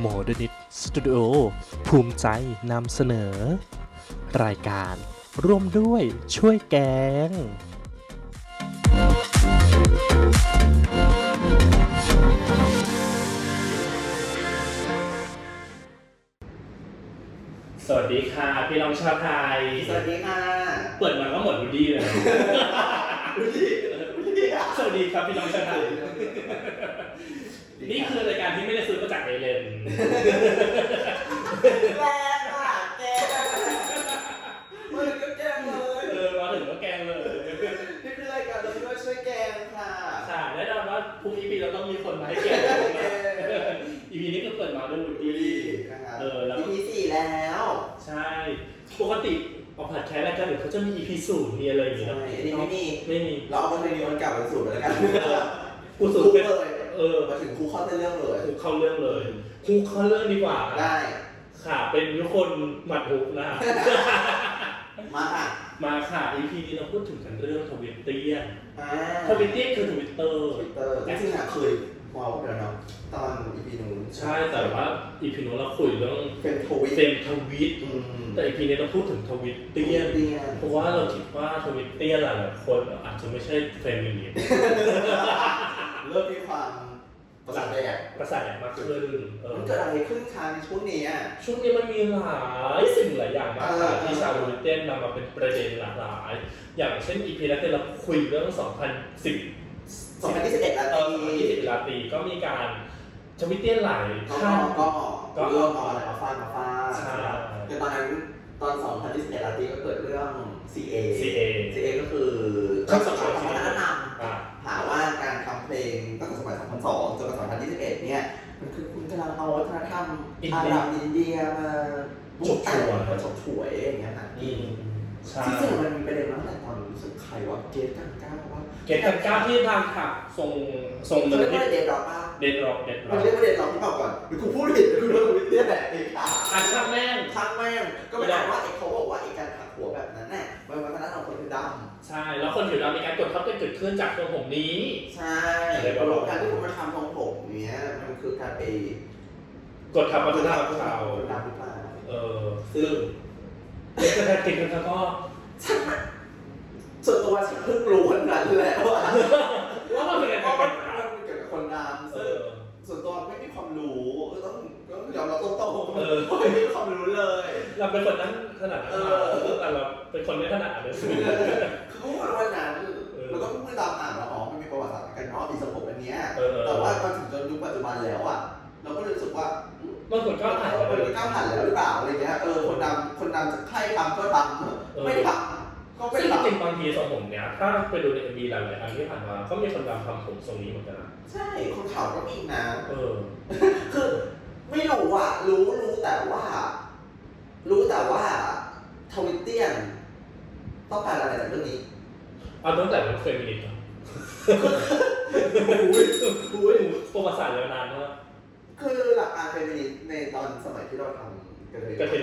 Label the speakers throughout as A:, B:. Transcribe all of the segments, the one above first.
A: โมเดนิตสตูดิโอภูมิใจนำเสนอ รายการร่วมด้วยช่วยแกง
B: สวัสดีค่ะ พี่น้องชาวไทย
C: สวัสดีค่ะ
B: เปิดมาก็หมดบูดดี้เลย
C: ดูดิดูดิอ่ะ
B: สวัสดีครับพี่น้องชาวไทย นี่คือรายการที่ไม่ได้ซื้อมาจากเอเลน
C: แรงอ่ะแกมันก็แกงเล
B: เอย อมาถึงก็แกงเลย
C: นี่คือรายการเราด้วยช่วยแกงค่ะ
B: ค่ะแน่นอนว่าพรุ่งนี้ปีเราต้องมีคนมาให้แกง อีพีนี้ก็เปิดมาด้วยบูด
C: ดูดิ
B: ดี้
C: นะคะ
B: เออแล้ว
C: อีพีสี่แล้ว
B: ใช่ ปกติออกผัดแคสรายการหรือเขาจะมีอีพีศูนย์มีอะไรอย่างเงี้ย
C: ใช่อันนี้ไม่มี
B: ไม่มี
C: เราเอาวันนี้วันเก่าวันสูตรแล้วกัน
B: กูศูน
C: คุ
B: ย์
C: ก
B: เป็น
C: เลย
B: เออ
C: มาถึงคุกเข้าเส้นเรื่องเลย
B: กูเข้าเรื่องเลยกูเข้าเรื่องดีกว่า
C: ได้
B: ค่ะ เป็นทุกคนหมัดหุกนะ ฮะ
C: มาค่ะ
B: มาค่ะ EP นี้เราพูดถึงกันเรื่องทวิตเตียน
C: อ่า
B: ทวิตเตียนคือทวิตเตอร์
C: ทวิตเตอร์จริงๆอ่ะเคยมองเดี๋ยวนะตอนอีพีนู้น
B: ใช่ แต่ว่า EP นู้นเราคุยเรื่อง
C: เป็นโควิด
B: เต็มทวิต
C: อืม
B: แต่ EP นี้เราพูดถึงทวิตเตียน
C: เตี้ยน
B: เพราะว่าเราคิดว่าทวิตเตียนหลายๆคนอาจจะไม่ใช่เฟมินิสต์
C: เริ่มมีความประสาทแดก
B: ประสาทมากขึ้นเออ
C: มันเกิดอะไรขึ้นคะในช่วงนี้อ่ะ
B: ช่วงนี้มันมีหลายสิ่งหลายอย่างมากค่ะ
C: เออ
B: ที่ชาวทวิตเตียนนำมาเป็นประเด็นหลากหลาย อย่างเช่น EP แรกๆเราคุยเรื่อง 2010
C: 2021แล้ว
B: เออ
C: ที
B: 20ราตรีก็มีการทวิตเตียนหลาย
C: ก็
B: ท่าน
C: ก็ก็เริ่มเอาอะไรมาฟาดมาฟาดแต่ตอนนั้นตอน2021แล้วทีก็เกิดเรื่อง CA
B: ซีเอ
C: CA ก็คือ
B: ข้อสอบสวน
C: คำแนะน
B: อ่ะ
C: ำหาว่าการทำเพลงตั้งแต่สมัย 2002 จนมา2021 เนี่ย มันคือคุณกำลังเอาวัฒนธรรมอาหรับอินเดียมาบุกแต่งมาฉกฉวยอย่างเงี้ยนะ
B: อืมใช่
C: ที่จริงมันมีประเด็นมาตั้งแต่ตอนรู้สึกใครว่าเกตกันก้าวว่า
B: เกตกันก้าวที่ทางถักทรงทรง
C: มัน
B: เนิน
C: เรียก
B: ที่
C: ว่าเดดดอกป้า
B: เดนรอกเดนร
C: มั
B: อน ก
C: เรียกว่าเดดดอกที่เปล่าก่อนหรือกูพูดผิดหรือกูเรื่องวิทยาแหละเองค่ะ
B: อันข้างแม่ง
C: ช่างแม่งก็ไม่ได้ว่าไอ้เขาบอกว่าไอ้การหักหัวแบบนั้นน่ะมันวัฒนธรรมคนคือด
B: ใช่ แล้วคนผิวดำมีการกดทับกันเกิดขึ้นจากตรงผมนี้
C: ำใช่การที่คุณมาทำทรงผมอย่างเงี้ยมันคือการไป
B: กดทับวัฒนธรรมเขา
C: คนดำหรือเปล่า
B: เออ
C: ซึ่ง
B: เกตกันเกตกันก้าวก็
C: ฉันส่วนตัวฉันเพิ่งรู้วันนั้นแหละว่า
B: ว่ามันเป็นการก
C: ว่า
B: ด
C: มัน
B: ทับ
C: เกี่ยวกับคนดำ
B: เออ
C: ซึ่งส่วนตัวไม่มีความรู้ก็ต้องก็ยอมรับตรงๆ
B: เออ
C: ไม่มีความรู้เลย
B: เราเป็นคนนั้นขนาดนั้น
C: เอ
B: มา
C: อ
B: แต่เราเป็นคนไม่ขนาดนั้น
C: คือเมื่อวันนั้นแล้วก็เพิ่งตามอ่านว่าอ๋อมันมีประวัติศาสตร์กันเนาะปีสมผมอันเนี้ย
B: เออ
C: แต่ว่ามาถึงจนยุคปัจจุบันแล้วอ่ะเราก็เลยรู้สึกว่า
B: บางคนก็ผ่าน
C: เรา
B: ไป
C: เป็นก้าวผ่านแล้วหรือเปล่าอะไรเงี้ยเออคนดำคนดำจะใครทำก็ทำไม่ทำก็ไม่
B: ซึ่ง
C: ท
B: จริงๆบางทีทรงผมเนี้ยถ้าไปดูใน MV หลายๆอันที่ผ่านมาก็มีคนดำทำผมทรงนี้เหมือนกันนะ
C: ำใช่คนขาวก็มีนะ
B: เออ
C: คือไม่รู้อ่ะรู้รู้แต่ว่า รู้แต่ว่าทวิตเตียนต้องการอะไรจากเรื่องนี้
B: เอาตั้งแต่มันเคยมีนิดอะ
C: อุ้ย
B: ประวัติศาสตร์ยาวนานมาก
C: คือหลักการเฟมินิสต์ในตอนสมัยที่เราทำกันเลย
B: กระเทย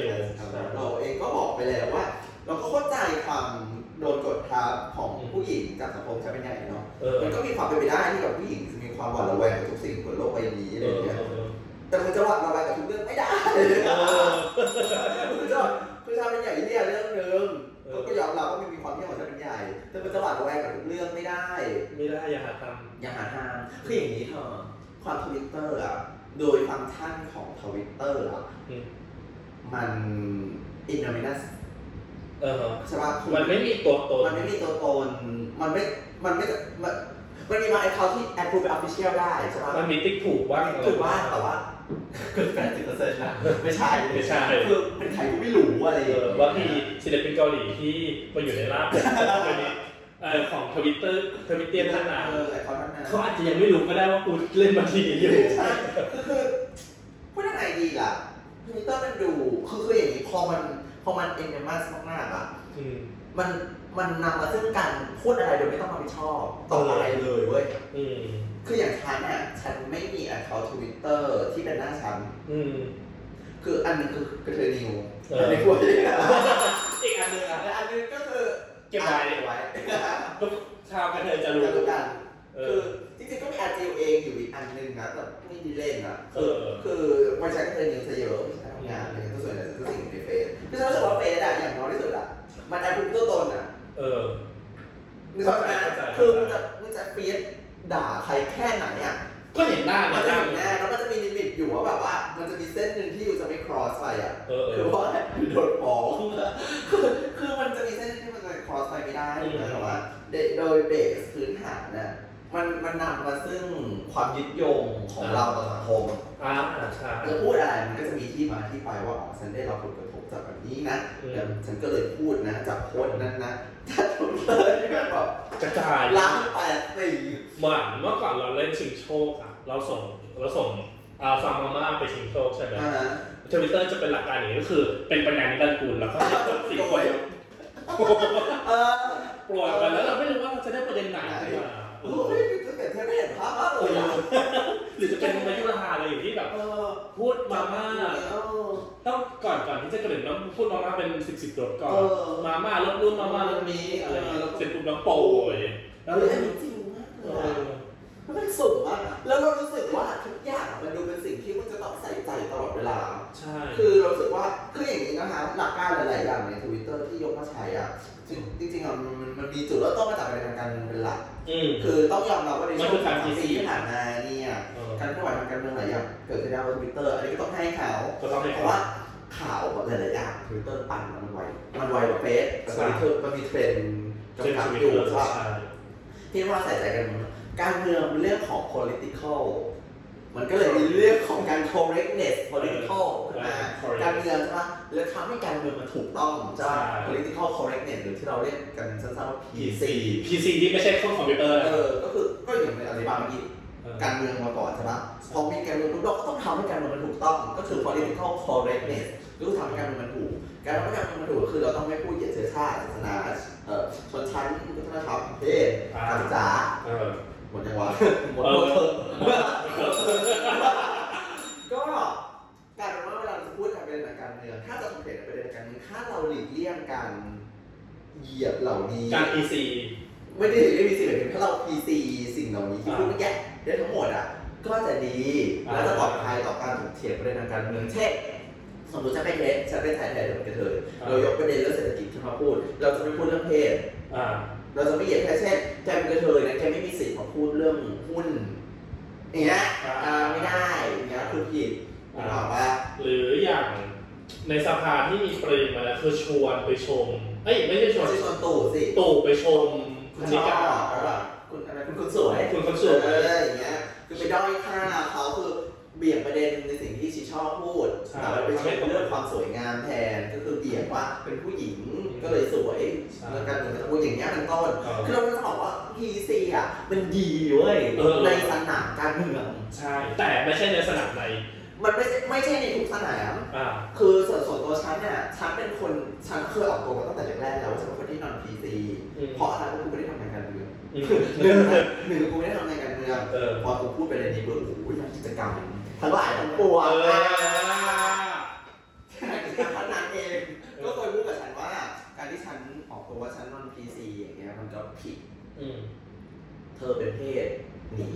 C: เราเองก็บอกไปแล้วว่า เราก็เข้าใจความโดนกดทับของ
B: อืม
C: ผู้หญิงจากสังคมชาติเป็นใหญ่เนาะ
B: เออ
C: มันก็มีความเป็นไปได้ที่แบบผู้หญิงจะมีความหวาดระแวงกับทุกสิ่งบนโลกใบนี้อะไร
B: เอ
C: อ
B: อย่าง
C: เงี้ย
B: เออ
C: แต่คุณจะหวาดระแวงกับทุกเรื่องไม่ได้
B: เออ
C: คือชอบคือชอบเป็นใหญ่ที่เนี่ยเรื่องหนึ่งก็ก็ยอมรับว่ามันมีความที่ของชอบเป็นใหญ่ แต่มันจะหวาดระแวงกับทุกเรื่องไม่ได้
B: ไม่ได้อย่าหาท
C: อย่าหาทางคืออย่างนี้เธอความทวิตเตอร์อ่ะ โดยฟังก์ชันของทวิตเตอร์อ่ะ
B: ำอืม
C: มันอินโนมินัส
B: เออ
C: ใช่ปะคือ
B: มันไม่มีตัวตน
C: มันไม่มีตัวตน มันไม่ มันไม่ มันมันมีบางไอคอนที่แอดพูเป็นออฟฟิเชียลได้ใช่ปะ
B: มันมีติ๊กถูกว่างอะไร
C: ถูกว่าแต่ว่า เกินแปดสิบเปอร์เซ็นต์นะไม่ใช่
B: ไม่ใช่
C: คือเป็นใครก็ไม่รู้อะไรอย่
B: เอง อ
C: เงี้ย
B: ว่ามีศิลปินเกาหลีที่มาอยู่ในร่างของคนนี้เออของทวิตเตอร์ทวิตเตียนท่านนะ
C: เออหลายคนท่านนะ
B: เขาอาจจะยังไม่รู้ก็ได้ว่ากูเล่นบัญชีนี้อยู่
C: ใช่ก็คือพูดยังไงดีล่ะทวิตเตอร์มันดูคือคืออย่างนี้พอมันพอมันเอ็นเนมัสมากๆอ่ะ
B: อืม
C: มันมันนำมาซึ่งการพูดอะไรโดยไม่ต้องรับผิดชอบต่ออะไรเลยเว้ย
B: อืม
C: คืออย่างฉันเนี่ยฉันไม่มีแอคเคาท์ทวิตเตอร์ที่เป็นหน้าฉัน
B: อืม
C: คืออันหนึงคือกระเทยนิว
B: เอออั
C: อันนี้ควรที่จะ
B: อีกอันหนึงอ่ะ
C: และอันหนึงก็คือ
B: เก็บไว้
C: เก็บไว้
B: ชาวกันเธอจะ
C: จะ
B: รู้
C: รู้กัน
B: เอ
C: คือ
B: อ
C: จริงๆก็มี RGL เองอยู่อีก r อันหนึ่งนะแต่ไม่ไดีเล่นอ่ะ
B: เออ
C: คือวันชัยก็เคยนิวซะเยอะไม่ใช่ทำงานอะไรเงี้ยก็ส่วนใหญ่จะสิ่งในเฟซคือฉันรู้สึกว่าเฟซอะอย่างน้อยที่สุดอะมันแอบพูดตัวตนอะ
B: เออ
C: มีความหมายคือมันจะมันจะเฟียดด่าใครแค่ไหนอะ
B: ก็เห็นหน้า
C: มัน
B: ห
C: จะ
B: น้า
C: ถึงแน่แล้วมันจะมีลิมิตอยู่ว่าแบบว่า มันจะมีเส้นหนึ่งที่อยู่จะไม่ cross ไปอะ
B: เออเอ
C: คือ
B: อ
C: เพราะอะไรโดนฟ้องคือคือมันจะมีเส้นที่มันจะ cross ไปไม่ได้ถูกไหมแต่ว่าเดโดยเบสพื้นฐานเนี่ยมันมันนำมาซึ่งความยึดโยงของเราต่อสังคม
B: อ่าใช่
C: จะพูดอะไรมันก็จะมีที่มาที่ไปว่าอ๋อฉันได้รับผลกระทบจากแบบนี้นะ
B: อืม
C: แล้วฉันก็เลยพูดนะจากโพสต์นั้นนะถ้าถูกเลยนี่ก็แบบ
B: กระจาย
C: ล้างแปดสี่
B: เหมือนเมื่อก่อนเราเล่นชิงโชคอะเราส่งเราส่งอ่าฟาร์มมาม่าไปชิงโชคใช่ไหม
C: อ่า
B: ทวิตเตอร์จะเป็นหลักการอย่างนี้ก็คือเป็นปัญญานิรันดร์กุลแล้วก็ให้คนสี่คน
C: เออ
B: ปล่อยไปแล้วเราไม่รู้ว่าเราจะได้ประเด็นไหนขึ้นมา
C: โอ้ยจะเป็นเทปไม่เห็นภาพมากเลยอ่ะ
B: หรือจะเป็นมายุราอะไรอย่างที่แบบ
C: เออ
B: พูดมาม่า
C: เออ
B: ต้องก่อนก่อนที่จะกระดิ่งต้องพูดมาม่าเป็นสิบสิบรถก่อน
C: เออ
B: มาม่ารถรุ่นมาม่ารถนี้อะไรอย่างเงี้ยเสร็จปุ๊บน้องโปรยแล้วเรา
C: อันนี้จริงมากเล
B: เอย
C: อะ
B: อ
C: มันสูงมากอะแล้วเรารู้สึกว่าทุกอย่างมันดูเป็นสิ่งที่มันจะต้องใส่ใจตลอดเวลา
B: ใช่
C: คือเรารู้สึกว่าคืออย่างนี้นะคะหลักการหลาย ๆ อย่างในทวิตเตอร์ที่ยกมาใช้อ่ะจริงจริงๆอ่ะมันมันมันมีจุดเริ่มต้นมาจากประเด็นทางการเมืองเป็นหลัก
B: อืม
C: คือต้องยอมรับว่าในช่วง
B: มันคือการ
C: สามปี
B: PC
C: ที่ผ่านมาเนี่ย
B: เออ
C: การเคลื่อนไหวทางการเมืองหลายอย่างเกิดขึ้นได้บนทวิตเตอร์อันนี้ก็ต้องให้เขา
B: ก็ต้องให้
C: เพ
B: เขา
C: ราะว่าข่าวหลาย ๆ อย่างทวิตเตอร์ปั่นมันไวมันไวกว่าเฟซแต่ทวิตเตอร์มันมีเทรนด์
B: เช่น
C: จำกัด
B: ชีวิต
C: อยู่
B: เรา
C: ว่า
B: ใช่
C: ที่ว่าใส่ใจกันการเมืองเป็นเรื่องของ political มันก็เลยมีเรื่องของการ correctness political ขึ้นมาการเมืองใช่ปะแล้วทำให้การเมืองมันถูกต้องใช่ปะ political correctness หรือที่เราเรียกกันสั้นๆว่า PC
B: พีซีที่ไม่ใช่เครื่องคอมพิวเตอร์นะ
C: เออ ก็คือก็อย่างในอธิบายเมื่อกี้
B: เออ
C: การเมืองมาก่อนใช่ปะพอมีการเมืองปุ๊บเราก็ต้องทำให้การเมืองมันถูกต้อง ก็คือ political correctness ก็คือทำให้การเมืองมันถูก การทำให้การเมืองมันถูกก็คือเราต้องไม่พูดเหยียดเชื้อชาติศาสนาเอ่อชนชั้นวัฒนธรรมเพศการศึกษา
B: เออ
C: หมดยังวะ
B: หมดหมดเถอะ
C: ก็กลารเป็นว่าเวลาเราจะพูดถึงประเด็นทางการเมืองถ้าจะสังเกตในประเด็นทางการเมืองถ้าเราหลีกเลี่ยงการเหยียบเหล่านี้
B: การพีซี
C: ไม่ได้หลีกเลี่ยงพีซีหรือถ้าเราพีซีสิ่งเหล่านี้ที่พูดเมื่อกี้ได้ทั้งหมดอ่ะก็จะดี
B: อ่า
C: และจะปลอดภัยต่อการถูกเถียงประเด็นทางการเมืองเช่นสมมติจะเป็นเพศจะเป็นชายแทนหรือเป็นกระเทยเรายกประเด็นเรื่องเศรษฐกิจขึ้นมาพูด เราจะไม่พูดเรื่องเพศ
B: อ่า
C: เราจะไม่เหยียดแค่เช่นแกเป็นกระเทยนะแกไม่มีสิทธิ์มาพูดเรื่องหุ้นอย่างเงี้ย
B: อ่า
C: อ่าไม่ได้อย่างเงี้ยคือผิดผมบอกว่า
B: หรืออย่างในสภาที่มีประเด็นมาแล้วคือชวนไปชม เอ้ยไม่ใช่ช
C: คุ
B: ว
C: ณ
B: น
C: ชื่อชวนตู่สิ
B: ตู่ไปชม
C: คุ
B: คุณ ณ
C: ช
B: นิ
C: อบ
B: กา
C: แล้วแบบคุณอะไรคุณคุณสวย
B: คุณคน
C: คุณ
B: ส
C: ส
B: ว
C: วย ยอย่างเงี้ยคือไปด้อยค่าเขาคือเบี่ยงประเด็นในสิ่งที่ชีชอบพูดแต่ว่าไปใช้เรื่องความสวยงามแทนก็คือเบี่ยงว่าเป็นผู้หญิงก็เลยสวยแล้วกันเหมือนจะพูดอย่างเงี้ยเป็นต้น
B: เออ
C: คือเราจะบอกว่าพีซีอ่ะมันดีเว้ย
B: เออ
C: ในสนามการเมือง
B: ใช่ แต่ไม่ใช่ในสนามใน
C: มันไม่ใช่ไม่ใช่ในทุกสนาม
B: อ่า
C: คือส่วนส่วนตัวฉันเนี่ย ฉันเป็นคน ฉันเคยออกตัวมาตั้งแต่แรกๆแล้วว่าฉันเป็นคนที่นอนพีซี
B: อืม
C: เพราะอะไรเพราะกูไม่ได้ทำงานการเมือง
B: อืม
C: หนึ่งนะหนึ่งกูไม่ได้ทำงานการเมือง
B: เออ
C: พอกูพูดไปเลยนี้ปุ๊บโอ้โหทำกิจกรรมทั้งหลายทั้งปว
B: เองอ
C: นะกิจกรรมทั้งนั้นเอง ก็เคยพูดกับฉันว่า การที่ฉันออกตัวว่าฉันนอนพีซีอย่างเงี้ยมันก็ผิด
B: อืม
C: เธอเป็นเพศหนี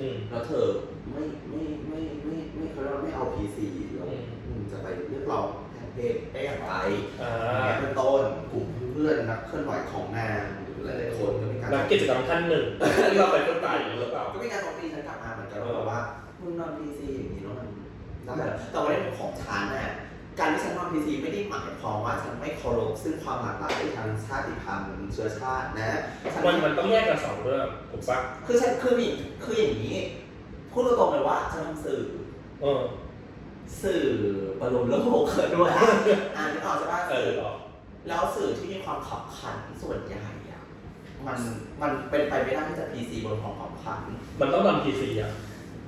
B: อืม
C: แล้วเธอไม่ไม่ไม่ไม่ไม่เขาเรียกว่าไม่เอาพีซีแล้ว
B: อืม
C: อืมจะไปเรียกร้องแทนเพศได้อย่างไร
B: อ่า
C: เป็นต้นกลุ่มเพื่อนนักเคลื่อนไหวของงานหรือหลายๆคนก็มีการ
B: นักกิจกรรมท่านหนึ่งที่เราไปพูดไปหรือเปล่า
C: ก็มีการสองปีฉันกลับมาเหมือนกันว่าแบบว่ามึงนอนพีซีอย่างนี้แล้วมันได้เหรอแต่ว่าในมุมของฉันน่ะการที่ฉันนอนพีซีไม่ได้หมายความว่าฉันไม่เคารพซึ่งความหลากหลายทางชาติพันธุ์เชื้อชาตินะฉัน
B: มันมันต้องแยกกันสองเรื่องถูกปะ
C: คือฉันคือมีคืออย่างนี้ พูดตรงๆเลยว่าฉันทำสื่อ
B: เออ
C: สื่อประโลมโลกด้วยอ่ะอ่านไม่ออกใช่ป่ะ
B: เออหรอ
C: แล้วสื่อที่มีความขับขันส่วนใหญ่อะมันมันเป็นไปไม่ได้ที่จะ PC บนของขับขัน
B: มันต้องทำทีซีอ่ะ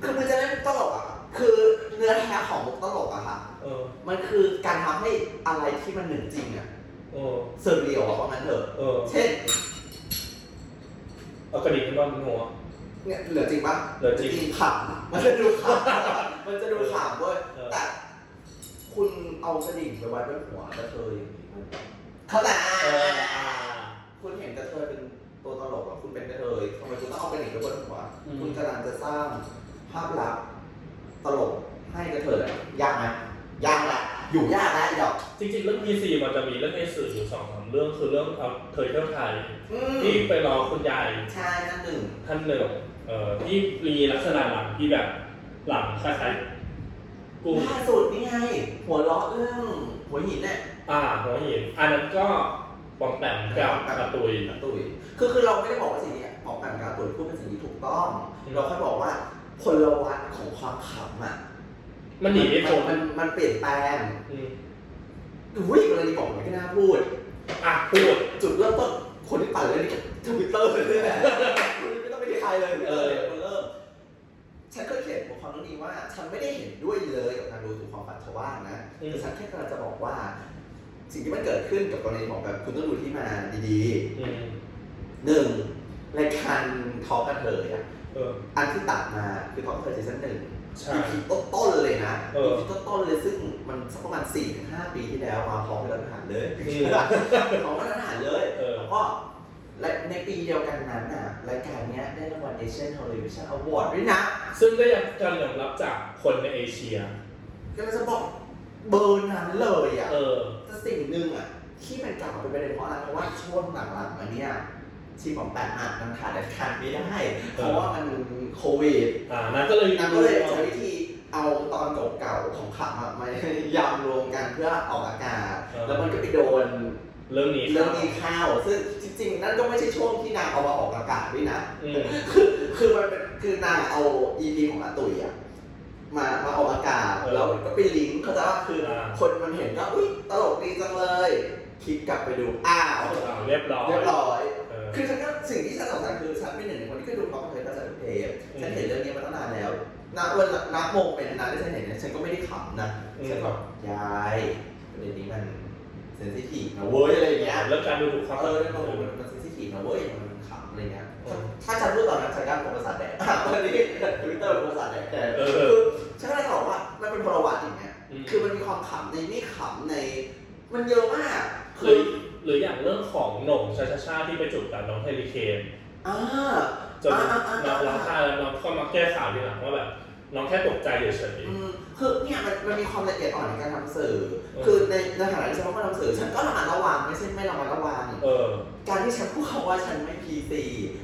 C: คือมันจะเล่นตลกอะคือเนื้อแท้ของตลกอะค่ะ
B: เออ
C: มันคือการทำให้อะไรที่มันเหนือจริงอะ
B: เออ
C: เสื่อมเรียวอะประมาณเถอะ
B: เออ
C: เช่น
B: เอากระดิ่งขึ้นมาบนหัว
C: เนี่ยเหลือจริงปะ
B: เหลือจริง
C: ขำมันจะดูขำมันจะดูขำเว้ย
B: เออ
C: แต่คุณเอากระดิ่งไปไว้บนหัวกระเทยอย่างนี้มันเข้าใจ
B: เอออ่า
C: คุณเห็นกระเทยเป็นตัวตลกอะคุณเป็นกระเทยทำไมคุณต้องเอาไปหนีไปบนหัว
B: อืม
C: คุณกำลังจะสร้าง ภาพลักษณ์ตลกให้กระเถิดอะยากไหมยากละอยู่ยากละอีดอก
B: จริงๆ เรื่อง PC มันจะมีเรื่องในสื่ออยู่สองสามเรื่องคือเรื่องเอาเทยเที่ยวไทย
C: อืม
B: ที่ไปรอคุณยาย
C: ใช่นั่นหนึ่ง
B: ท่านหนึ่งเอ่อที่มีลักษณะหลังที่แบบหลังคล้ายๆกุ้ง
C: ล่าสุดนี่ไง หัวล้อเอื้องหัวหินเนี่ย
B: อ่าหัวหินอันนั้นก็ปองแปมกับกระตุย
C: การะตุยคือคือเราไม่ได้บอกว่าสิ่งเนี้ยของการการะตุยพูดเป็นสิ่งที่ถูกต้อง
B: อืม
C: เราแค่บอกว่าคนละวัดของความขำอ่ะ
B: มันหนีไม่พ้น
C: มันมันเปลี่ยนแปลง
B: อืม
C: อุ้ยกรณีบอกมันก็น่าพูด
B: อ่ะพูด
C: จุดเริ่มต้นคนที่ปั่นเรื่องนี้ทวิตเตอร์เลยแหละไม่ต้องไปที่ใครเลย
B: เอ
C: เอ
B: อ
C: อมันเริ่มฉันก็เขียนบทความเรื่องนี้ว่า ฉันไม่ได้เห็นด้วยเลยกับการดูถูกความฝันชาวบ้านนะ
B: อืม
C: แต่ฉันแค่กำลังจะบอกว่า สิ่งที่มันเกิดขึ้นกับกรณีของแบบคุณต้องดูที่มาดี
B: อืม
C: ๆหนึ่งรายการทอล์กกันเถยอะ
B: เออ
C: อันที่ตัดมาคือทอล์กกันเถยซีซั่นหนึ่ง
B: ใช่
C: EP ต้นๆเลยนะ
B: เออ
C: EP ต้นๆเลยซึ่งมันสักประมาณ4ี่ถึงห้าปีที่แล้วมาพร้อมกับรัฐประหารเลย
B: อืม
C: ของรัฐประหารเลย
B: เออ
C: แล้วก็และในปีเดียวกันนั้นน่ะรายการเนี้ยได้รางวัล Asian Television Award ด้วยนะ
B: ซึ่งได้รับการยอมรับจากคนในเอเชีย
C: ก็เลยจะบอกเบอร์นั้นเลยอ่ะ
B: เออ
C: แต่สิ่งหนึ่งอ่ะที่มันกลับมาเป็นประเด็นเพราะอะไรเพราะว่าช่วงหลังๆมาเนี่ยทีมของแปดอัดมันขาดรายการไม่ได้ เพราะว่ามันโควิด
B: อ่านั้นก็เลย
C: นางก็เลยใช้วิธีเอาตอนเก่าๆของขับ มายำรวมกันเพื่อออกอากาศ แล้วมันก็ไปโดน
B: เรื่องนี้
C: เรื่องมีข้าวซึ่งจริงๆ นั่นก็ไม่ใช่ช่วงที่นางเอามาออกอากาศด้วยนะ
B: อืม
C: คือคือมันเป็นคือนางเอา EP ของอาตุยอะมามาออกอากาศ
B: เออ
C: แล้วก็ไปลิงก์เขาจะว่าคืออา คนมันเห็นก็อุ้ยตลกดีจังเลย คลิกกลับไปดูอ้าว
B: อ่าเรียบร้อย
C: เรียบร้อย
B: เออ
C: คือฉันก็สิ่งที่ฉันสงสัยคือฉันเป็นหนึ่งในคนที่ก็ดูเขาเคยประจันเทป
B: อืม
C: ฉันเห็นเรื่องนี้มาตั้งนานแล้วณวันณโมงเป็นนานที่ฉันเห็นเนี่ยฉันก็ไม่ได้ขำนะ
B: อืม
C: ฉันแบบยายประเด็นนี้มันเซนซิทีฟนะเว้ยอะไรอย่างเงี้ย
B: เรื่องการดูถูกความ
C: เออ
B: เ
C: เรื่องระบบมันมันเซนซิทีฟนะเว้ยมันขำอะไรเงี้ยถ้าถ้าฉันพูดตอนนั้นฉันกล้าโกงภาษาแดก วันนี้ทวิตเตอร์โกงภาษาแดกแต่
B: เออ
C: คือฉันก็เลยบอกว่ามันเป็นพลวัตอย่างเงี้ย
B: คื
C: คือ อมันมีความขำในนี่ขำใน มันเยอะมาก
B: หรือหรืออย่างเรื่องของหน่งชาชาชาที่ไปจูบกับน้องเฮลิเคน
C: อ่า
B: จนน้องร้องไห้แล้วน้องก็มาแก้ข่าวทีหลังว่าแบบน้องแค่ตกใจเฉย
C: อืมคือเนี่ยมันมันมีความละเอียดอ่อนในการทำสื่อ
B: เออ
C: คือในในฐานะที่ฉันเป็นคนทำสื่อฉันก็ระมัดระวังไม่ใช่ไม่ระมัดระวัง
B: ๆเออ
C: การที่ฉันพูดคำว่าฉันไม่พีซี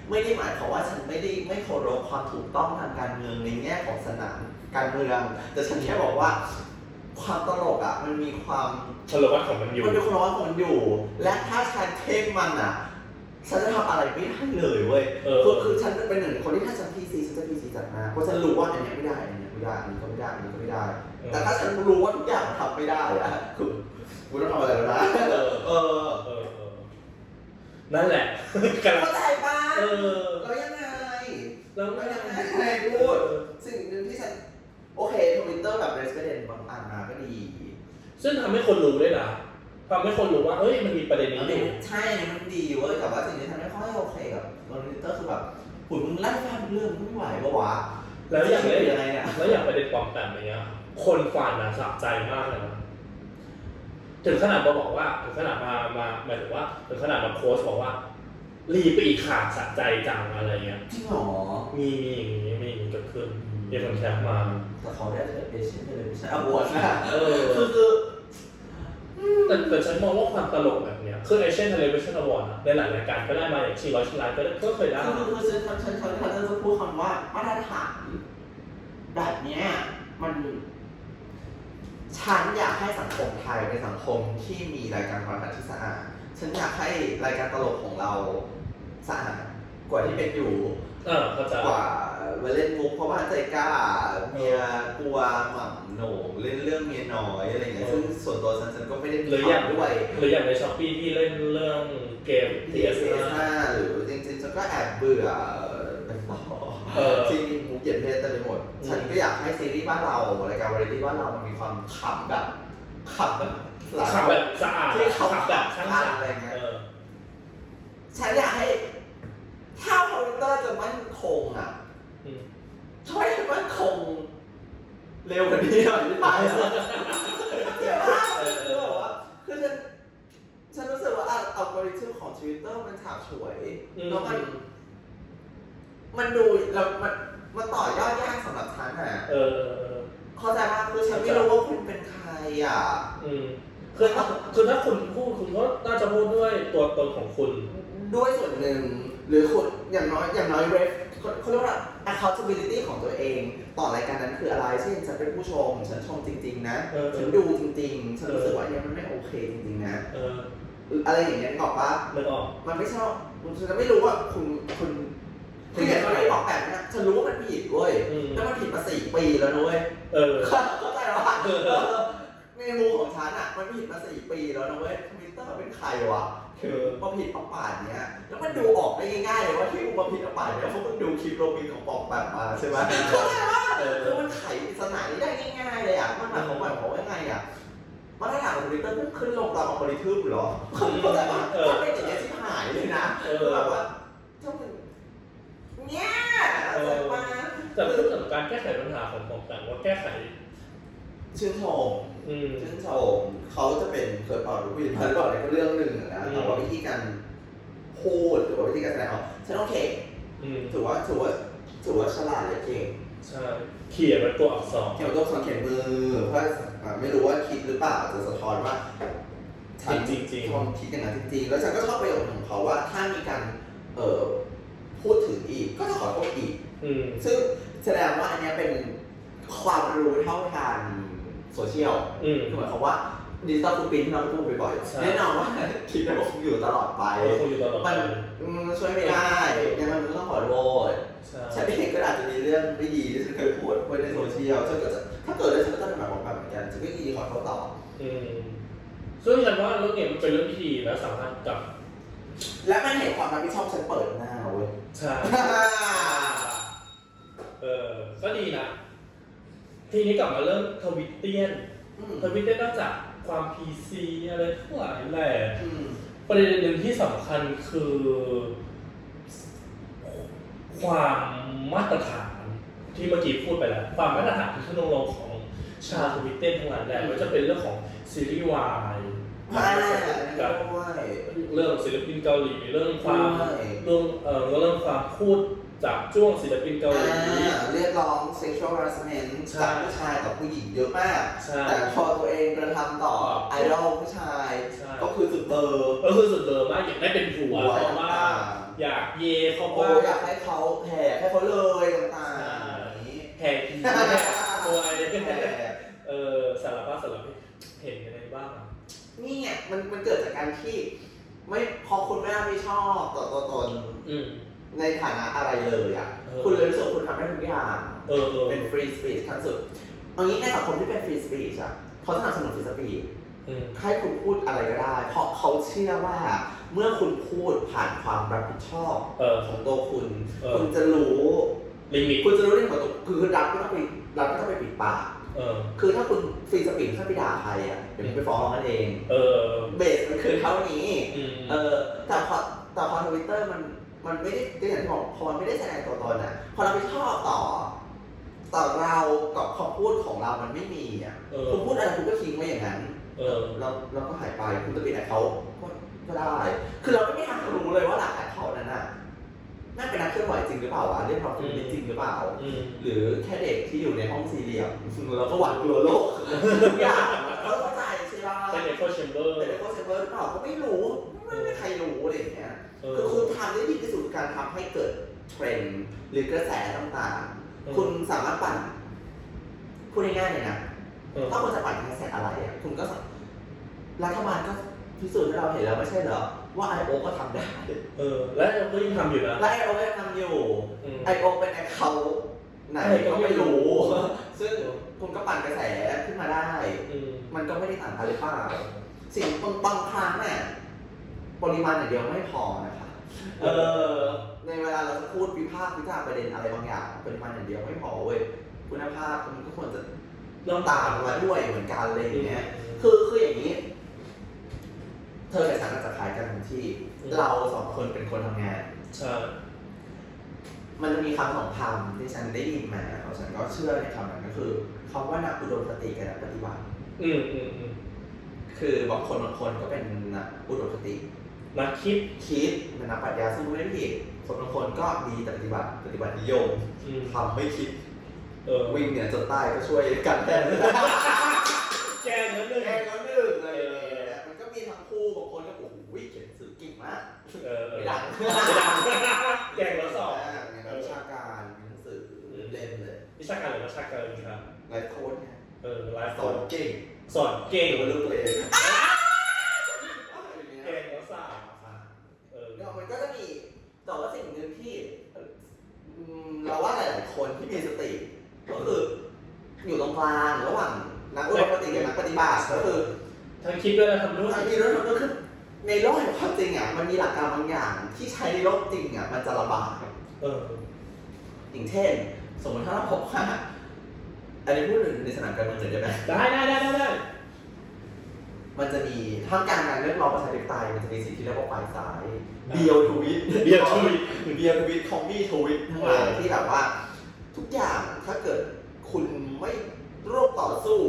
C: ไม่ได้หมายความว่าฉันไม่ได้ไม่เคารพความถูกต้องทางการเมืองในแง่ของสนามการเมือง แต่ฉันแค่บอกว่า ความตลกอ่ะมันมีความ
B: ชนวัตของมันอยู่
C: มันมีความร้อนของมันอยู่ และถ้าฉันเทคมันอ่ะ ฉันจะทำอะไรไม่ได้เลยเว้ย
B: เออ
C: คือคือฉันเป็นหนึ่งในคนที่ถ้าฉันพีซีฉันจะพีซีจัดมาเพราะฉันรู้ว่าอันเนี้ยไม่ได้อันเนี้ยไม่ได้อันนี้ก็ไม่ได้อันนี้ก็ไม่ได้ แต่ถ้าฉันรู้ว่าทุกอย่างทำไม่ได้อ่ะคือกูต้องทำอะไรแล้วนะ
B: เออ
C: เออ
B: เออเออนั่นแหละ กำลัน
C: เข้าใจปะ
B: เออ
C: แล้วยังไง
B: แล้ว
C: แล้วยังไง
B: พู
C: พู
B: ด
C: ด สิ่งหนึ่งที่ฉัน โอเคทวิตเตอร์กับเรสเปเดนบางอ่านมาก็ดี
B: ซึ่งทำให้คนรู้ด้วยนะทำให้คนรู้ว่าเอ้ยมันมีประเด็นนี้อยู่
C: ใช่อันนี้มันดีเว้ยแต่ว่าสิ่งที่ฉันไม่ค่อยโอเคกับทวิตเตอร์คือแบบหุ่นมึงไล่ฟันเรื่องมึงไม่ไหวปะวะ
B: แล้วอย่าง
C: ไร
B: เล่น
C: ยังไงเนี่ย
B: แล้วอย่างประเด็นปลอมแปลงอย่างเงี้ย คนฟันนะสะใจมากเลยนะถึงขนาดมาบอกว่า ถึงขนาดมา มาหมายถึงว่า ถึงขนาดมาโพสต์บอกว่า รีบไปอีกขาดสะใจจังอะไรเงี้ย
C: จริงเหรอ
B: มีมีอย่างนี้มีอย่างนี้เกิดขึ้น มีคนแคปมา
C: แต่เขาได้เทเลชั่นเทเลชั่นอวอร์ดนะ
B: เออ
C: คือคือ
B: แต่แต่ฉันมองว่าความตลกแบบเนี้ย คือไอเช่นเทเลวิชั่นอวอร์ดในหลายรายการก็ได้มาอย่างชีร้อยชีร้ายก็ได้ก็เคยได้
C: คือคือฉันฉันฉันฉันฉันจะพูดคำว่ามาตรฐานแบบเนี้ยมัน ฉันอยากให้สังคมไทยเป็นสังคมที่มีรายการความรักที่สะอาด ฉันอยากให้รายการตลกของเราสะอาดกว่าที่เป็นอยู่
B: เออเข้าใจ
C: กว่ามาเล่นมุกเพราะว่าใจกล้าเมียกลัวหม่ำโหนงเล่นเรื่องเมียน้อยอะไรอย่างเงี้ย ซึ่งส่วนตัวฉันฉันก็ไม่ได้
B: หรืออย่าง
C: ทำด้วย
B: หรืออย่างในช้อปปี้ที่เล่นเรื่องเกม
C: p s
B: PS5
C: 5หรือจริงๆฉันก็แอบเบื่อเป็นหมอ
B: เออ
C: ที่มีมุกเหยียดเพศเต็มไปหมด ฉันก็อยากให้ซีรีส์บ้านเรารายการวาไรตี้บ้านเรามันมีความขำแบบขำแบบหลาย
B: ขับแบบสะอาด
C: ที่เขา
B: ขับแบบช่างสะอาด
C: อะไรเงี้ย
B: เออ
C: ฉันอยากให้ ถ้าคอมพิวเตอร์จะมั่นคงอ่ะ
B: อืม
C: ช่วยให้มั่นคง เร็วกว่านี้หน่อยได้ไหมเจ็บมากเลยคือแบบว่าคือฉันฉันรู้สึกว่าอัลกอริทึมของทวิตเตอร์มันฉาบฉวย
B: อืม
C: แล้วมัน มันดูแล้วมันมันต่อยอดยากสำหรับฉัน
B: ออเออเออ
C: เข้าใจป่ะคือฉันไม่รู้ว่าคุณเป็นใครอ่ะ
B: อืมคือถ้าคือถ้าคุณพูดคุณก็น่าจะพูดด้วยตัวตนของคุณ
C: ด้วยส่วนหนึ่งหรือคนอย่างน้อยอย่างน้อยเรฟเขาเรียกว่า accountability ของตัวเอง ต่อรายการนั้นคืออะไร เช่นฉันเป็นผู้ชม ฉันชมจริง ๆ นะ
B: เออ
C: ฉันดูจริง ๆ ฉันรู้สึกว่าอันเนี้ยมันไม่โอเคจริง ๆ นะ
B: เออ
C: หรืออะไรอย่างเงี้ยบอกว่า
B: นึกออก
C: มันไม่ใช่ว่าคุณฉันจะไม่รู้ว่าคุณคุณคืออย่างน้อยบอกแบบนี้นะฉันรู้ว่ามันผิดเว้ย
B: อืม
C: แล้วมันผิดมาสี่ปีแล้วนะเว้ย
B: เออ
C: เข้าใจว่า
B: เออ
C: เมนูของฉันอ่ะ มันผิดมาสี่ปีแล้วนะเว้ยทวิตเตอร์เป็นใครวะคือพอผิดประป่าดเนี้ยแล้วมันดูออกได้ง่ายๆเลยว่าที่มึงมาผิดประป่าดเนี้ยเพราะมึงดูคลิปโรบินของปอกแบบมาใช่ไหมเข้าใจว่า
B: เออ
C: คือมันไขปริศนานี้ได้ง่ายๆเลยอ่ะมันหมายความว่าผมว่าไงอ่ะมาตรฐานของทวิตเตอร์มันขึ้นลงตามอัลกอริทึมเหรอเข้าใจว่า
B: เออ
C: ถ้าเป็นอย่างเงี้ยที่หายเลยนะ
B: เอ
C: คือ
B: อ
C: แบบว่าเจ้ามึงเนี่ยเข้าใจปะ
B: แต่พูดถึงการแก้ไขปัญหาของผมแต่ว่าแก้ไข
C: ชื่นชม
B: อืม
C: ชื่นชมเขาจะเป็นเคยเป่าหรือผู้หญิงเป่าหรือเปล่าเนี่ยก็เรื่องหนึ่งอะนะ
B: อืม
C: แต่ว่าวิธีการพูดหรือว่าวิธีการแสดงออกฉันโอเค
B: อืม
C: ถือว่าถือว่าถือว่าฉลาดและเก่ง
B: ใช่เขียนเป็นตัวอักษร
C: เขียนตัวสังเกตมือเพราะอ่าไม่รู้ว่าคิดหรือเปล่าจะสะท้อนว่าฉัน
B: จริงจริง
C: ความคิดอย่างนั้นจริงๆแล้วฉันก็ชอบประโยคของเขาว่าถ้ามีการเอ่อพูดถึงอีกก็จะขอโทษอีก
B: ๆ อืม
C: ซึ่งแสดงว่าอันเนี้ยเป็นความรู้เท่าทันโซเชียล
B: อืม
C: คือหมายความว่าดิจิตอลฟูปินที่เราพูดบ่อย
B: ใช่
C: ๆแน่นอนว่าคลิปมันคงอยู่ตลอดไป
B: เราคงอยู่ตลอดไป
C: มันอืมช่วยไม่ได้ยังไงมันก็ต้องขอโทษ
B: ใช่
C: ฉันเองก็อาจจะมีเรื่องไม่ดีที่ฉันเคยพูดไว้ในโซเชียลฉันก็จะถ้าเกิดแล้วฉันก็ต้องเป็นแบบของแบบเหมือนกันฉันก็ยินดีขอโทษต่อ
B: อืมซึ่งฉันว่าเรื่องเนี้ยมันเป็นเรื่องที่ดีและสำคัญกับ
C: และมันเห็นความรับผิดชอบฉันเปิดหน้าเว้ย
B: ชา เออก็ดีนะ ทีนี้กลับมาเรื่องทวิตเตียน
C: อืม
B: ทวิตเตียนนอกจากความพีซีอะไรทั้งหลายแหละ
C: อืม
B: ประเด็นหนึ่งที่สำคัญคือ ความมาตรฐานที่เมื่อกี้พูดไปแล้ว ความมาตรฐานที่ขึ้นลงของชาวทวิตเตียนทั้งหลายแหละมันจะเป็นเรื่องของซีรีส์วาย
C: อ่า
B: กับ
C: ด้วย
B: เรื่องศิลปินเกาหลีเรื่องความเรื่องเออเรื่องความพูดจากจ้วงศิลปินเกาหลี
C: อ่าเรียกร้อง sexual harassment
B: ใช่
C: จากผู้ชายกับผู้หญิงเยอะมาก
B: ใช่
C: แต่พอตัวเองกระทำต่อไอดอลผู้ชาย
B: ใช่
C: ก็คือจุดเบอร์
B: ก็คือสุดเดิมมากอยากได้เป็นผัว
C: หัว
B: เขา
C: ต่
B: ว่า
C: าง
B: อยากเยเขา
C: ๆโอ้
B: ว่า
C: อยากให้เขาแห่ให้เขาเลยต่างๆอย่างนี้
B: แหกผีแหกตัวอะไรก็
C: แห่
B: แห่เออสารพัดสารพัดเห็นยังไงบ้างอะ
C: นี่ไงมันมันเกิดจากการที่ ไม่พอคุณไม่รับผิดชอบต่อตัวตน
B: อืม
C: ในฐานะอะไรเลยอ่ะ
B: เออ
C: คุณเลยรู้สึกว่าคุณทำได้ทุกอย่าง
B: เออเออ
C: เป็นฟรีสปีชทั้งสุดเอางี้ในสังคมที่เป็นฟรีสปีชอ่ะเขาสนับสนุนฟรีสปีช
B: อืม
C: ให้คุณพูดอะไรก็ได้ เพราะเขาเชื่อว่าเมื่อคุณพูดผ่านความรับผิดชอบ
B: เออ
C: ของตัวคุณ
B: เออ
C: คุณจะรู้
B: ลิมิต
C: คุณจะรู้เรื่องของตัวคือรัฐก็ต้องไปรัฐก็ต้องไปปิดปาก
B: เออ
C: คือถ้าคุณฟรีสปีดถ้าไปด่าใครอ่ะเดี๋ยวมึงไปฟ้องร้องกันเอง
B: เออ
C: เบสมันคือเท่านี้
B: อืม
C: เออแต่พอแต่พอทวิตเตอร์มันมันไม่ได้ก็อย่างที่บอกพอมันไม่ได้แสดงตัวตนอ่ะพอเราไปชอบต่อ ต่อเรากับคำพูดของเรามันไม่มีอ่ะ
B: เออ
C: คุณพูดอะไรคุณก็ทิ้งไว้อย่างนั้น
B: เออ
C: เราเราก็หายไปคุณจะปิดแอคเขาก็ได้ คือเราไม่มีทางรู้เลยว่าหลังแอคเขานั้นน่ะนั่นเป็นนักเคลื่อนไหวจริงหรือเปล่าวะเรียกร้องความเป็นจริงหรือเปล่า
B: อืม
C: หรือแค่เด็กที่อยู่ในห้องสี่เหลี่ยมแล้วก็หวาดกลัวโลกทุกอย่างเราเข้าใจใช่ป่ะ
B: เป็นเอโคแชมเบอร์
C: เป็นโคเซเวอร์หรือเปล่าก็ไม่รู้ไม่มีใครรู้อะไรอย่างเงี้ย
B: เออ
C: คือคุณทำได้ดีที่สุดคือการทำให้เกิดเทรนด์หรือกระแสต่างๆ คุณสามารถปั่นพูดง่ายๆเลยนะ
B: เออ
C: ถ้าคุณจะปั่นกระแสอะไรอ่ะ คุณก็สารัฐบาลก็พิสูจน์ให้เราเห็นแล้วไม่ใช่เหรอ ว่า I.O. ก็ทำได้
B: เออและก็ยังทำอยู่นะ
C: และ I.O. ก็ยังทำอยู่
B: อืม
C: I.O. เป็นแอคเคาท์ไหนก็ไม่รู้ ซึ่งคุณก็ปั่นกระแสขึ้นมาได้
B: อืม
C: มันก็ไม่ได้ต่างกันหรือเปล่าสิ่งบางบางครั้งเนี่ยปริมาณอย่างเดียวไม่พอนะคะ เออ ในเวลาเราจะพูดวิพากษ์วิจารณ์ประเด็นอะไรบางอย่างปริมาณอย่างเดียวไม่พอเว้ย คุณภาพมันก็ควรจะต้องตามมาด้วยเหมือนกันเลยอย่างเงี้ย คือคืออย่างนี้ เธอกับฉันอาจจะคล้ายกันตรงที่ เราสองคนเป็นคนทำงาน
B: ใช่
C: มันจะมีคำสองคำที่ฉันได้ยินมาแล้วฉันก็เชื่อในคำนั้นก็คือคำว่านักอุดมคติกับนักปฏิบัติ
B: อืมอืมอืม
C: คือบางคนบางคนก็เป็นนักอุดมคติ
B: นักคิด
C: คิดเป็นนักปรัชญาซึ่งไม่ได้ผิดคนบางคนก็ดีแต่ปฏิบัติปฏิบัตินิยม
B: อืม
C: ทำไม่คิด
B: เออ
C: วิ่งเหนี่ยจนใต้ก็ช่วยกันแทน
B: แกงนั้นเลย
C: แรงแล้วหนึ่งอะไรอย่างเงี้ยมันก็มีทั้งคู่บางคนก็โอ้โหเขียนหนังสือเก่งมาก
B: เออเอ
C: ไม่
B: อ
C: ดัง
B: แกงละสอง
C: ามีนักวิชาการมีหนังสือเล่มเลย
B: วิชาการหรือวิชาการครับ
C: ไลฟ์โค้ดไง
B: เออไลฟ์ส
C: สอ
B: อน
C: นเก่ง
B: สอน เก่ง
C: เก่งกว่าลูกตัวเอง
B: แกงละสามเออ
C: เนาะมันก็จะมีแต่ว่าสิ่งหนึ่งที่อืมเราว่าหลายๆคนที่มีสติก็คืออยู่ตรงกลางระหว่างนักอุดมคติกับนักปฏิบัติก็คือ
B: ทั้งคิดด้วยนะทำด้วย
C: บางทีเรื่องมันก็คือในโลกแห่งความจริงอ่ะมันมีหลักการบางอย่างที่ใช้ในโลกจริงอ่ะมันจะระบาด
B: เออ
C: อย่างเช่น สมมติถ้าเราพบว่าอันนี้พูดถึงในสนามการเมืองเลยได้ไหม
B: ได้ได้ได้ได้ได้
C: มันจะมีท่ามกลางการเรียกร้องประชาธิปไตยมันจะมีสิ่งที่เรียกว่าฝ่ายซ้ายเบียวทวิต
B: เบียร์ช่วย
C: หรือเบียวทวิตคอมบี้ทวิตทั้งหลายที่แบบว่า ทุกอย่างถ้าเกิดคุณไม่ร่วมต่อสู้